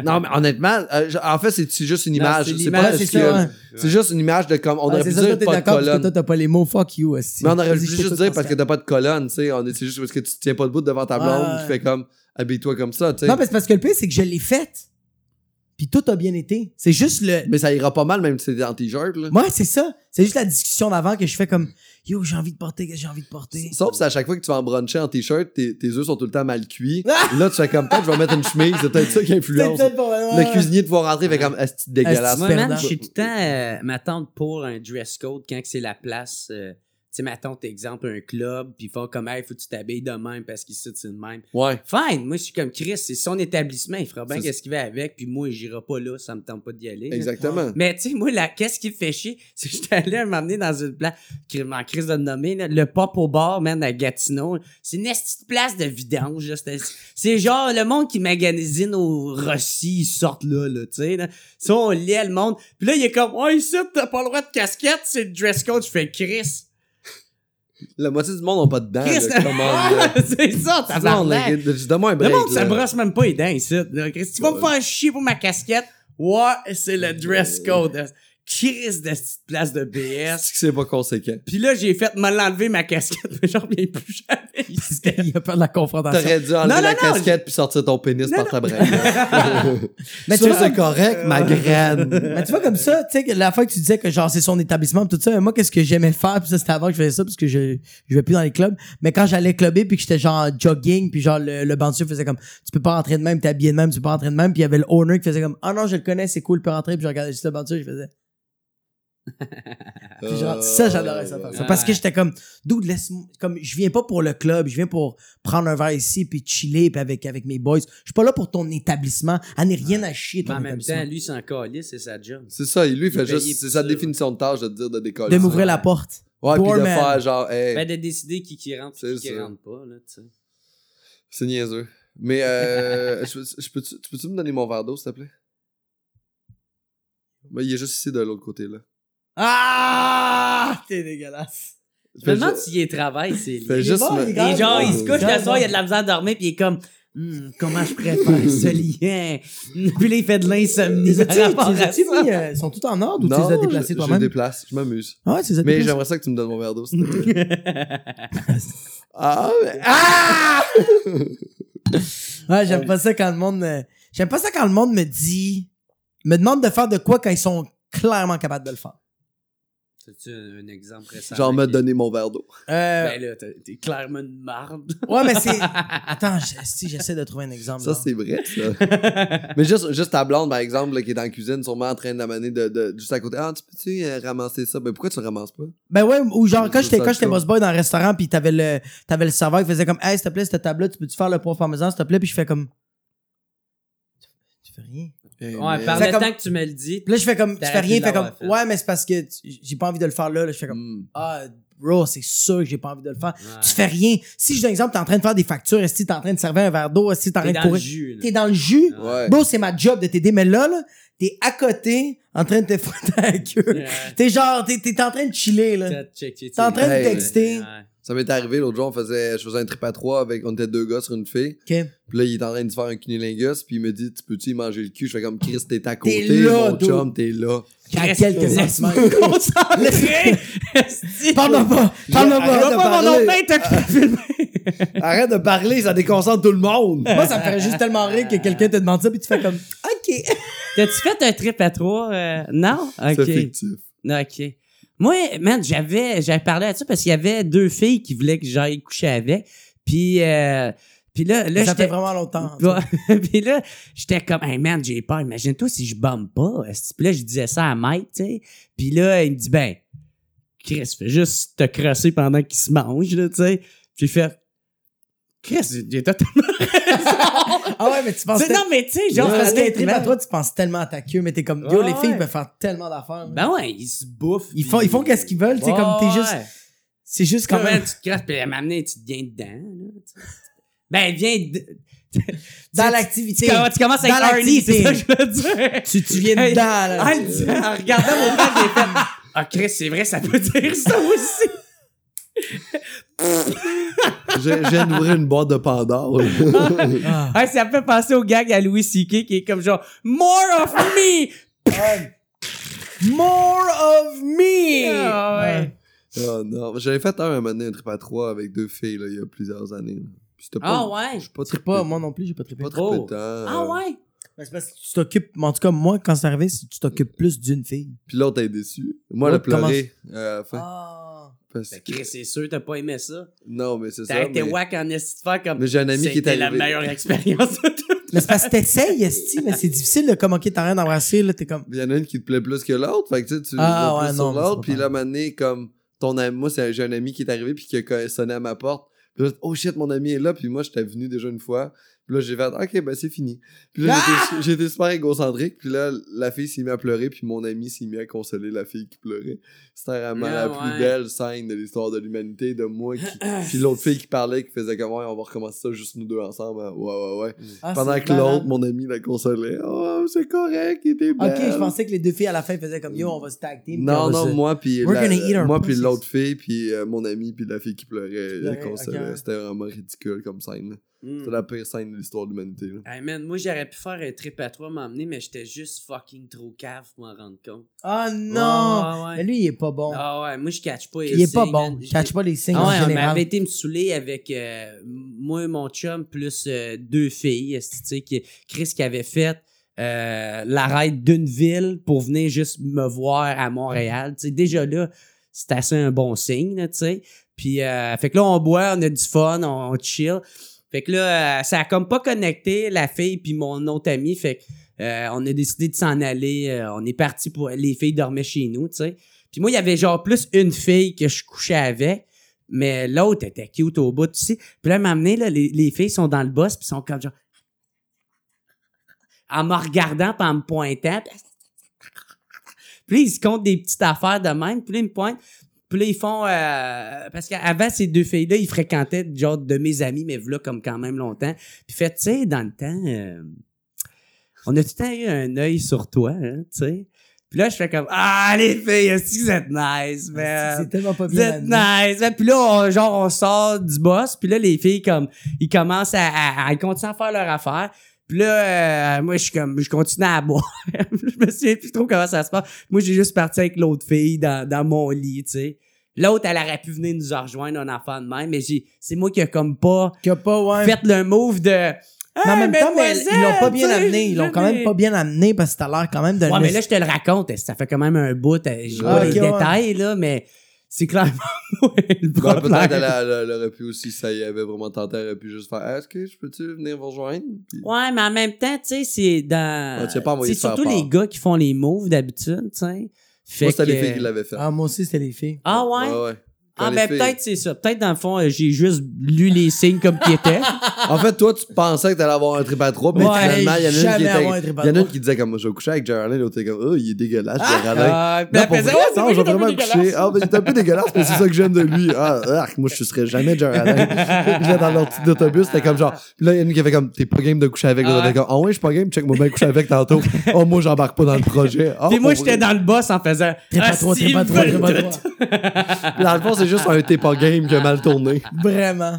Speaker 1: Non, mais honnêtement, euh, je- en fait, c'est c'est juste une
Speaker 3: Non,
Speaker 1: image.
Speaker 3: c'est
Speaker 1: C'est
Speaker 3: l'image,
Speaker 1: Ah, pas
Speaker 2: c'est
Speaker 1: ce que-
Speaker 2: ça, hein. ouais.
Speaker 1: C'est juste une image de comme, on
Speaker 2: Ah,
Speaker 1: aurait
Speaker 2: c'est
Speaker 1: pu
Speaker 2: ça, toi,
Speaker 1: dire
Speaker 2: t'es
Speaker 1: pas de
Speaker 2: d'accord parce que toi,
Speaker 1: colonne.
Speaker 2: t'as pas les mots fuck you aussi.
Speaker 1: Mais on aurait pu
Speaker 2: Vas-y, je
Speaker 1: juste
Speaker 2: t'écoute,
Speaker 1: dire parce que
Speaker 2: Pascal.
Speaker 1: t'as pas de colonne, tu sais. on est- C'est juste parce que tu te tiens pas debout devant ta blonde
Speaker 2: Ouais.
Speaker 1: qui fait comme, habille-toi comme ça, tu sais.
Speaker 2: Non, mais c'est parce que le pire, c'est que je l'ai faite. Puis tout a bien été. C'est juste le.
Speaker 1: Mais ça ira pas mal même si c'est dans tes shirts là.
Speaker 2: Moi, c'est ça. C'est juste la discussion d'avant que je fais comme Yo, j'ai envie de porter, qu'est-ce que j'ai envie de porter.
Speaker 1: Sauf si à chaque fois que tu vas en bruncher en t-shirt, tes, tes œufs sont tout le temps mal cuits. là, tu fais comme peut-être je vais mettre une chemise, c'est peut-être ça qui influence. Le cuisinier de voir rentrer fait comme est c'est dégueulasse.
Speaker 2: Asti,
Speaker 1: Ouais.
Speaker 3: Moi, man,
Speaker 2: perdant.
Speaker 3: je suis tout le temps euh, ma tante pour un dress code quand que c'est la place. euh, tu sais, ma tante, exemple, un club, puis ils font comme, hey, faut que tu t'habilles de même parce qu'ici, c'est de même. Fine, moi, je suis comme Chris, c'est son établissement, il fera bien
Speaker 1: C'est-
Speaker 3: qu'est-ce qu'il va avec, puis moi, j'irai pas là, ça me tente pas d'y aller. là.
Speaker 1: exactement.
Speaker 3: Mais tu sais, moi, la, qu'est-ce qui me fait chier, c'est que j'étais allé m'emmener dans une place, qui m'en crise de le nommer, là, le pop au bar, man, à Gatineau. C'est une petite place de vidange, là. C'était- C'est genre le monde qui magasine au Rossi, ils sortent là, là, tu sais, là. Ça, on lit le monde. Puis là, il est comme, oh, ici, t'as pas le droit de casquette, c'est le dress code. Je fais Chris.
Speaker 1: La moitié du monde n'a pas de dents.
Speaker 3: Chris,
Speaker 1: là, come on, là.
Speaker 3: c'est ça, t'as
Speaker 1: Non, là, Donne-moi un
Speaker 3: Le
Speaker 1: break.
Speaker 3: monde, ça
Speaker 1: là.
Speaker 3: brosse même pas les dents ici. là, Chris, tu vas me faire chier pour ma casquette. Ouais, c'est le dress code. Chris de cette place de BS.
Speaker 1: Est-ce que c'est pas conséquent?
Speaker 3: Puis là, j'ai fait mal enlever ma casquette, mais j'en reviens plus jamais ici.
Speaker 2: Il a peur de la confrontation.
Speaker 1: T'aurais dû enlever
Speaker 3: non,
Speaker 1: la
Speaker 3: non,
Speaker 1: casquette puis sortir ton pénis par ta braille.
Speaker 2: Mais tu
Speaker 1: Ça,
Speaker 2: vois, Euh,
Speaker 1: c'est correct, ma graine.
Speaker 2: Mais tu vois, comme ça, tu sais, que la fois que tu disais que genre c'est son établissement, pis tout ça, mais moi, qu'est-ce que j'aimais faire, puis ça, c'était avant que je faisais ça, parce que je, je vais plus dans les clubs, mais quand j'allais clubber, puis que j'étais genre jogging, puis genre le, le bandier faisait comme, tu peux pas entrer de même, t'es habillé de même, tu peux pas entrer de même, puis il y avait le owner qui faisait comme, ah non, je le connais, c'est cool, il peut entrer, puis je regardais juste le bandier, je faisais, Puis genre, ça, j'adorais ça. faire ça.
Speaker 3: ouais.
Speaker 2: Parce que j'étais comme, d'où laisse-moi, comme, je viens pas pour le club, je viens pour prendre un verre ici, puis chiller, puis avec, avec mes boys. Je suis pas là pour ton établissement. Elle n'est rien à chier,
Speaker 3: Mais
Speaker 2: ton
Speaker 3: en même
Speaker 2: établissement.
Speaker 3: temps, lui, c'est encore lisse, c'est sa job.
Speaker 1: C'est ça, il lui fait
Speaker 3: Il payait
Speaker 1: juste. C'est
Speaker 3: pour
Speaker 1: sa
Speaker 3: ça,
Speaker 1: définition de tâche de te dire de décoller.
Speaker 2: de m'ouvrir la porte.
Speaker 1: Ouais, puis de
Speaker 2: Doorman.
Speaker 1: faire genre, hey,
Speaker 3: Ben, de décider qui qui rentre
Speaker 1: C'est
Speaker 3: et qui, qui
Speaker 1: ça.
Speaker 3: rentre pas, là, tu sais.
Speaker 1: c'est niaiseux. Mais euh, je, peux- je peux-tu tu peux-tu me donner mon verre d'eau, s'il te plaît? Ben, il est juste ici de l'autre côté, là.
Speaker 2: Ah! T'es dégueulasse.
Speaker 3: Je me demande s'il est travail, c'est
Speaker 1: fais
Speaker 3: lui.
Speaker 1: juste
Speaker 2: bon,
Speaker 1: me-
Speaker 2: il est
Speaker 3: Et genre, il se couche
Speaker 2: Ouais.
Speaker 3: le soir, il a de la misère à dormir, puis il est comme, Hmm, comment je préfère ce lien? puis là, il fait de l'insomnie.
Speaker 2: Les
Speaker 3: par rapport à
Speaker 2: outils,
Speaker 3: ça.
Speaker 2: euh, sont tous en ordre ou tu
Speaker 1: Non,
Speaker 2: les as déplacés
Speaker 1: je- Je les
Speaker 2: toi-même?
Speaker 1: déplace, je m'amuse.
Speaker 2: Ah ouais, tu les as
Speaker 1: Mais
Speaker 2: déplacés.
Speaker 1: j'aimerais ça que tu me donnes mon verre d'eau, s'il te plaît. Ah! mais- Ah!
Speaker 2: Ouais, j'aime pas ça quand le monde me... J'aime pas ça quand le monde me dit... me demande de faire de quoi quand ils sont clairement capables de le faire.
Speaker 3: C'est-tu un, un exemple récent?
Speaker 1: Genre, me
Speaker 3: donne.
Speaker 1: donner mon verre d'eau.
Speaker 2: Euh,
Speaker 3: Ben là, t'es t'es clairement une marde.
Speaker 2: ouais, mais c'est... Attends, je- si j'essaie de trouver un exemple.
Speaker 1: Ça,
Speaker 2: là.
Speaker 1: c'est vrai, ça. Mais juste, juste ta blonde, par exemple, là, qui est dans la cuisine, sûrement en train de la mener de, de- juste à côté. Ah, tu peux-tu euh, ramasser ça? Ben, pourquoi tu le ramasses pas?
Speaker 2: Ben ouais, ou genre quand
Speaker 1: Je
Speaker 2: j'étais
Speaker 1: trouve ça
Speaker 2: quand j'étais
Speaker 1: cool.
Speaker 2: boss boy dans le restaurant puis t'avais le t'avais le serveur qui faisait comme "Hey, s'il te plaît, cette table-là, tu peux-tu faire le poivre parmesan s'il te plaît?" Puis je fais comme Tu fais rien.
Speaker 1: Hey,
Speaker 3: Ouais,
Speaker 1: man.
Speaker 3: par
Speaker 2: C'est
Speaker 3: le
Speaker 2: comme-
Speaker 3: temps que tu me le dis.
Speaker 2: Puis là je fais comme tu
Speaker 3: T'aurais
Speaker 2: fais rien,
Speaker 3: pu
Speaker 2: fait comme
Speaker 3: l'avoir fait.
Speaker 2: "Ouais, mais c'est parce que tu- j'ai pas envie de le faire là." là je fais comme
Speaker 1: Mm.
Speaker 2: "Ah, bro, c'est sûr que j'ai pas envie de le faire."
Speaker 3: Ouais.
Speaker 2: Tu fais rien. Si je donne exemple, t'es en train de faire des factures, est-ce que t'es en train de servir un verre d'eau, est-ce que t'es en
Speaker 3: T'es
Speaker 2: train de
Speaker 3: dans le
Speaker 2: courir,
Speaker 3: jus, là.
Speaker 2: t'es dans le jus.
Speaker 1: Ouais.
Speaker 2: Bro, c'est ma job de t'aider, mais là, là, t'es à côté en train de te frotter la queue.
Speaker 3: Ouais.
Speaker 2: T'es genre, t'es t'es en train de chiller, là.
Speaker 3: T'as checké,
Speaker 2: T'es en train
Speaker 1: de
Speaker 3: Ouais.
Speaker 2: texter.
Speaker 3: Ouais.
Speaker 1: Ça m'est arrivé l'autre jour, on faisait, je faisais un trip à trois avec, on était deux gars sur une fille.
Speaker 2: Ok.
Speaker 1: Puis là, il est en train de se faire un cunilingus, puis il me dit, tu peux-tu y manger le cul? Je fais comme, Chris, t'es à côté,
Speaker 2: T'es là,
Speaker 1: mon
Speaker 2: dude.
Speaker 1: chum, t'es là.
Speaker 2: À
Speaker 3: Reste-
Speaker 2: quelques
Speaker 3: laisse-moi
Speaker 2: centimètres.
Speaker 3: me concentrer. Esti.
Speaker 2: Parle-moi pas! Parle-moi
Speaker 1: Arrête
Speaker 2: pas!
Speaker 1: de
Speaker 3: Pas mon
Speaker 1: parler.
Speaker 3: nom, t'as pu filmer.
Speaker 1: Arrête de parler, ça déconcentre tout le monde!
Speaker 2: Moi, ça me ferait juste tellement rire que quelqu'un te demande ça, puis tu fais comme OK.
Speaker 3: T'as-tu fait un trip à trois? euh, Non?
Speaker 1: C'est
Speaker 3: OK.
Speaker 1: fictif.
Speaker 3: OK. Moi, man, j'avais, j'avais parlé à ça parce qu'il y avait deux filles qui voulaient que j'aille coucher avec. Puis, euh, puis là, là,
Speaker 2: ça fait
Speaker 3: j'étais...
Speaker 2: vraiment longtemps.
Speaker 3: Ouais. puis là, j'étais comme, hey man, j'ai peur. Imagine-toi si je bombe pas. esti. Puis là, je disais ça à Mike, tu sais. Puis là, il me dit, ben, Chris, fais juste te crosser pendant qu'il se mange, là, tu sais. Puis il fait, Chris, j'ai totalement raison.
Speaker 2: Ah ouais, mais tu penses.
Speaker 3: Tu sais, non, mais tu sais, genre,
Speaker 2: parce
Speaker 3: parce
Speaker 2: que t'es à
Speaker 3: que.
Speaker 2: toi, tu penses tellement à ta queue, mais t'es comme, yo,
Speaker 3: Ouais,
Speaker 2: les filles
Speaker 3: ouais.
Speaker 2: peuvent faire tellement d'affaires.
Speaker 3: Ben ouais, ils se bouffent.
Speaker 2: Ils font, ils font qu'est-ce qu'ils veulent, tu sais, comme t'es juste, c'est juste
Speaker 3: Comment
Speaker 2: comme.
Speaker 3: tu te crasses, puis à m'amener, tu deviens dedans. là, tu sais. Ben, viens. de-
Speaker 2: Dans
Speaker 3: tu-
Speaker 2: l'activité.
Speaker 3: Tu, commences- tu commences
Speaker 2: Dans
Speaker 3: avec Arnie,
Speaker 2: l'activité.
Speaker 3: c'est ça que je veux dire.
Speaker 2: Tu, tu viens dedans,
Speaker 3: Hey,
Speaker 2: là.
Speaker 3: Ah, le dit- en regardant mon père, j'ai fait Ah, Chris, c'est vrai, ça peut dire ça aussi.
Speaker 1: J'ai j'ai ouvert une boîte de Pandore.
Speaker 2: Ah.
Speaker 3: Ah, ça peut passer au gag à Louis C.K. qui est comme genre More of me!
Speaker 2: Um, More of me!
Speaker 3: Ah, ouais.
Speaker 1: oh non, j'avais fait un, un moment donné, un trip à trois avec deux filles là, il y a plusieurs années. Puis C'était pas.
Speaker 3: Ah, ouais.
Speaker 1: j'ai pas
Speaker 2: C'est
Speaker 1: trippé-
Speaker 2: pas, moi non plus, j'ai pas trippé.
Speaker 1: Pas
Speaker 3: trop.
Speaker 1: trippé tant, euh,
Speaker 3: Ah, ouais.
Speaker 2: Mais c'est parce que tu t'occupes, en tout cas, moi, quand c'est arrivé, c'est que tu t'occupes plus d'une fille.
Speaker 1: Puis l'autre est déçu. Moi, elle a
Speaker 2: L'autre
Speaker 1: pleuré. euh, à la fin,
Speaker 2: Ah.
Speaker 1: parce
Speaker 3: Ben,
Speaker 1: que-
Speaker 3: Chris, c'est sûr, t'as pas aimé ça.
Speaker 1: Non, mais c'est ça.
Speaker 3: T'as été
Speaker 1: mais-
Speaker 3: wack en esti de faire comme.
Speaker 1: Mais j'ai un ami qui est
Speaker 3: C'était la
Speaker 1: arrivé.
Speaker 3: meilleure expérience de tout.
Speaker 2: Mais c'est parce que t'essayes, esti, mais c'est difficile de comme, ok, t'as rien d'embrasser, là, t'es comme.
Speaker 1: Il y en a une qui te plaît plus que l'autre. Fait que tu sais, tu
Speaker 2: Ah,
Speaker 1: vas
Speaker 2: ouais,
Speaker 1: plus
Speaker 2: non,
Speaker 1: sur
Speaker 2: mais c'est
Speaker 1: l'autre.
Speaker 2: pas
Speaker 1: Puis là, mané, comme ton ami, moi, c'est- j'ai un ami qui est arrivé puis qui a co- sonné à ma porte. Puis là, oh shit, mon ami est là. Puis moi, j'étais venu déjà une fois. Puis là, j'ai fait, ok, ben c'est fini. Puis là,
Speaker 2: Ah!
Speaker 1: j'étais- j'étais super égocentrique. Puis là, la fille s'est mise à pleurer. Puis mon ami s'est mis à consoler la fille qui pleurait. C'était vraiment
Speaker 3: Ah,
Speaker 1: la plus
Speaker 3: ouais.
Speaker 1: belle scène de l'histoire de l'humanité, de moi. Qui... puis l'autre fille qui parlait, qui faisait comme, ouais, on va recommencer ça juste nous deux ensemble. hein. Ouais, ouais, ouais.
Speaker 2: Ah,
Speaker 1: Pendant
Speaker 2: c'est
Speaker 1: que l'autre,
Speaker 2: malade.
Speaker 1: mon ami la consolait. Oh, c'est correct, il était belle.
Speaker 2: Ok, je pensais que les deux filles à la fin faisaient comme yo, on va se tag team.
Speaker 1: euh, Non, non, moi, puis
Speaker 2: We're
Speaker 1: la-
Speaker 2: gonna eat our
Speaker 1: moi, puis
Speaker 2: pussies.
Speaker 1: l'autre fille, puis euh, mon ami, puis la fille qui pleurait,
Speaker 2: pleurait,
Speaker 1: qu'on se-
Speaker 2: ok. Hmm.
Speaker 1: c'était vraiment ridicule comme scène. là.
Speaker 3: Mm.
Speaker 1: C'était la pire scène de l'histoire de l'humanité. là.
Speaker 3: Hey man, moi j'aurais pu faire un trip à toi m'emmener, mais j'étais juste fucking trop cave pour m'en rendre compte.
Speaker 2: Ah non!
Speaker 3: Ah ouais.
Speaker 2: Mais lui, il est pas bon.
Speaker 3: Ah ouais, moi je catch pas les
Speaker 2: il est pas
Speaker 3: signes,
Speaker 2: bon.
Speaker 3: man.
Speaker 2: Je catch pas les signes
Speaker 3: Ah
Speaker 2: en
Speaker 3: ouais, on
Speaker 2: général.
Speaker 3: m'avait été me saouler avec euh, moi et mon chum, plus euh, deux filles, esti, tu sais, qui, Chris qui avait fait euh, la raid d'une ville pour venir juste me voir à Montréal. Tu sais, déjà là, c'est assez un bon signe, là, tu sais. Puis, euh, fait que là, on boit, on a du fun, on, on chill. Fait que là, euh, ça a comme pas connecté la fille puis mon autre ami. Fait que euh, on a décidé de s'en aller. euh, on est parti pour. Les filles dormaient chez nous, tu sais. Puis moi, il y avait genre plus une fille que je couchais avec. Mais l'autre était cute au bout, tu sais. Puis là, elle m'a amené, là, les, les filles sont dans le boss, puis sont comme genre. En me regardant, puis en me pointant. Puis, puis là, ils se comptent des petites affaires de même. Puis là, ils me pointent. Puis là, ils font. euh, Parce qu'avant, ces deux filles-là, ils fréquentaient genre de mes amis, mais voilà, comme quand même longtemps. Puis fait, tu sais, dans le temps, euh, on a tout le temps eu un œil sur toi, hein, tu sais. Puis là, je fais comme Ah, les filles, est-ce que vous êtes nice, man?
Speaker 2: C'est tellement pas
Speaker 3: Vous
Speaker 2: bien.
Speaker 3: êtes
Speaker 2: amené.
Speaker 3: nice. Ben, Puis là, on- genre, on sort du boss. Puis là, les filles, comme, ils commencent à, à, à- ils continuent à faire leur affaire. Puis là, euh, moi, je suis comme, je continue à boire. je me souviens plus trop comment ça se passe. Moi, j'ai juste parti avec l'autre fille dans, dans mon lit, tu sais. L'autre, elle aurait pu venir nous rejoindre, un enfant de même, mais j'ai, c'est moi qui a comme pas
Speaker 2: Que pas, ouais. Ah,
Speaker 3: fait le move de. Hey,
Speaker 2: Mais en même temps, mais
Speaker 3: mademoiselle,
Speaker 2: ils l'ont pas bien
Speaker 3: tu sais,
Speaker 2: amené. Ils l'ont quand même pas bien amené parce que t'as l'air quand même de.
Speaker 3: Ouais, mais là, je te le raconte. Ça fait quand même un bout. euh, Je vois
Speaker 1: Ah,
Speaker 3: les
Speaker 2: ok, ouais.
Speaker 3: détails, là, mais c'est clairement moi le
Speaker 1: Ben,
Speaker 3: problème.
Speaker 1: Peut-être elle, a- elle a- elle aurait pu aussi, ça y avait vraiment tenté, elle aurait pu juste faire Est-ce que je peux-tu venir vous rejoindre Puis-
Speaker 3: Ouais, mais en même temps, tu sais, c'est dans.
Speaker 1: Ouais, tu sais pas envoyer
Speaker 3: c'est
Speaker 1: faire
Speaker 3: surtout
Speaker 1: part.
Speaker 3: les gars qui font les moves d'habitude, tu sais. Fait
Speaker 1: Moi, c'était
Speaker 3: que-
Speaker 1: les filles qui l'avaient fait.
Speaker 2: Ah, moi aussi, c'était les filles.
Speaker 3: Ah ouais?
Speaker 1: Quand
Speaker 3: Ah,
Speaker 1: les
Speaker 3: ben
Speaker 1: filles-
Speaker 3: peut-être c'est ça. Peut-être dans le fond, euh, j'ai juste lu les signes comme qu'ils étaient.
Speaker 1: En fait, toi, tu pensais que t'allais avoir un trip à trois, mais
Speaker 3: Ouais,
Speaker 1: finalement, il y en a une
Speaker 2: jamais
Speaker 1: qui
Speaker 2: avoir un
Speaker 1: était-
Speaker 2: trip à
Speaker 1: il y en a une
Speaker 2: trois.
Speaker 1: qui disait comme je vais coucher avec Geraldine, l'autre était comme oh, il est dégueulasse, Geraldine.
Speaker 3: Ah, puis
Speaker 1: Non,
Speaker 3: elle
Speaker 1: pour
Speaker 3: faisait,
Speaker 1: vrai,
Speaker 3: Ouais, c'est
Speaker 1: non,
Speaker 3: vrai
Speaker 1: je vais
Speaker 3: qu'il est
Speaker 1: vraiment
Speaker 3: un peu
Speaker 1: coucher.
Speaker 3: dégueulasse.
Speaker 1: Ah, ben, il est un peu dégueulasse, mais c'est ça que j'aime de lui. Ah, arc, moi, je serais jamais John Allen. J'étais dans leur petit autobus, c'était comme genre, là, il y en a une qui avait comme, t'es pas game de coucher avec. L'autre
Speaker 3: Ah ouais.
Speaker 1: était comme, ah ouais, je suis pas game, check-moi bien coucher avec tantôt. Oh, moi, j'embarque pas dans le projet. Ah,
Speaker 3: Puis moi,
Speaker 1: pour
Speaker 3: j'étais
Speaker 1: vrai.
Speaker 3: dans le boss en faisant.
Speaker 2: T'es pas
Speaker 3: Ah,
Speaker 2: trop,
Speaker 3: s'ils
Speaker 2: t'es pas trop, t'es
Speaker 3: veulent
Speaker 2: pas
Speaker 3: tout.
Speaker 2: trop.
Speaker 1: Dans le fond, c'est juste un t'es pas game qui a mal tourné.
Speaker 2: Vraiment.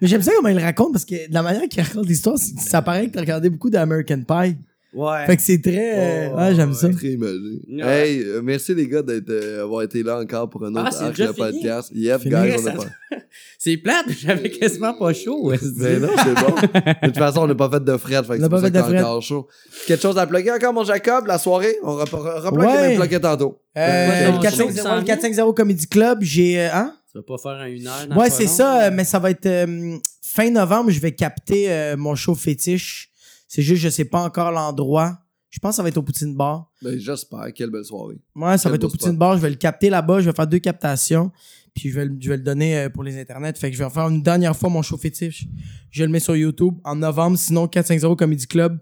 Speaker 2: Mais j'aime ça comment il raconte parce que de la manière qu'il raconte l'histoire, c'est- ça paraît que t'as regardé beaucoup d'American Pie.
Speaker 3: Ouais.
Speaker 2: Fait que c'est très. euh,
Speaker 1: Oh,
Speaker 2: ouais, j'aime ça.
Speaker 1: C'est très imagé.
Speaker 3: Ouais.
Speaker 1: Hey, euh, merci les gars d'être, euh, avoir été là encore pour un
Speaker 3: Ah,
Speaker 1: autre
Speaker 3: c'est
Speaker 1: arc
Speaker 3: déjà
Speaker 1: de
Speaker 3: fini?
Speaker 1: podcast. Yep,
Speaker 2: Fini,
Speaker 1: guys, on
Speaker 3: ça-
Speaker 1: a pas.
Speaker 3: C'est plate, j'avais quasiment pas chaud. ouais.
Speaker 1: Ben non, c'est bon. De toute façon, on n'a pas fait de fret, fait que
Speaker 2: On n'a
Speaker 1: c'est pour
Speaker 2: pas
Speaker 1: ça
Speaker 2: fait de
Speaker 1: qu'on est
Speaker 2: fret.
Speaker 1: encore chaud. Quelque chose à plugger encore, mon Jacob, la soirée? On replogue
Speaker 2: Ouais.
Speaker 1: même plugger tantôt.
Speaker 2: Euh,
Speaker 1: Ouais,
Speaker 2: le
Speaker 1: on
Speaker 2: 450 le 450 Comedy Club, j'ai. euh, Hein?
Speaker 3: Tu vas pas faire un une heure. dans
Speaker 2: Ouais,
Speaker 3: pas
Speaker 2: c'est
Speaker 3: long.
Speaker 2: ça, euh, mais ça va être euh, fin novembre, je vais capter euh, mon show fétiche. C'est juste, je sais pas encore l'endroit. Je pense que ça va être au Poutine Bar.
Speaker 1: Ben, j'espère. Quelle belle soirée.
Speaker 2: Ouais, ça
Speaker 1: Quel
Speaker 2: va être
Speaker 1: beau
Speaker 2: au Poutine
Speaker 1: spot.
Speaker 2: Bar. Je vais le capter là-bas. Je vais faire deux captations. puis je vais, le- je vais le donner euh, pour les internets. Fait que je vais refaire une dernière fois mon show fétiche. Je le mets sur YouTube en novembre, sinon 450 Comedy Club.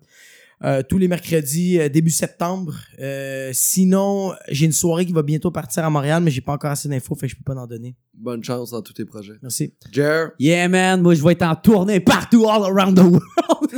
Speaker 2: euh, tous les mercredis, euh, début septembre. Euh, sinon, j'ai une soirée qui va bientôt partir à Montréal, mais j'ai pas encore assez d'infos, fait que je peux pas en donner.
Speaker 1: Bonne chance dans tous tes projets.
Speaker 2: Merci.
Speaker 1: Jer,
Speaker 3: Yeah, man, moi, je vais être en tournée partout, all around the world.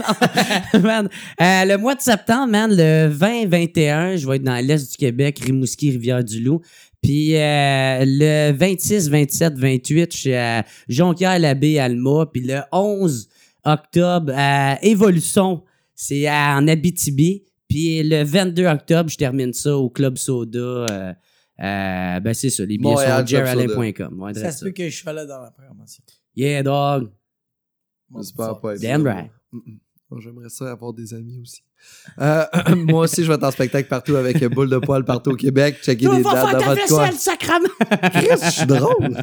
Speaker 3: man, euh, le mois de septembre, man, le 20-21, je vais être dans l'Est du Québec, Rimouski, Rivière-du-Loup. Puis euh, le 26, 27, 28, je suis à Jonquière, Labbé, Alma. Puis le 11 octobre, à Évolution, c'est à- en Abitibi. Puis le 22 octobre, je termine ça au Club Soda. euh, euh, ben, c'est ça, les billets
Speaker 1: Montréal,
Speaker 3: sont
Speaker 1: Club Soda.
Speaker 3: jeralin.com. Ouais,
Speaker 2: Ça
Speaker 3: dresse
Speaker 2: se
Speaker 3: ça.
Speaker 2: peut que je sois là dans la programmation.
Speaker 3: Yeah, dog.
Speaker 1: j'espère pas être
Speaker 3: Damn
Speaker 1: ça.
Speaker 3: right.
Speaker 1: Mm-mm. Moi, Oh, J'aimerais ça avoir des amis aussi. Euh, moi aussi, je vais être en spectacle partout avec Boule de Poil partout au Québec. Checker des dates dans votre coin.
Speaker 3: sacrament!
Speaker 1: Chris, je suis drôle.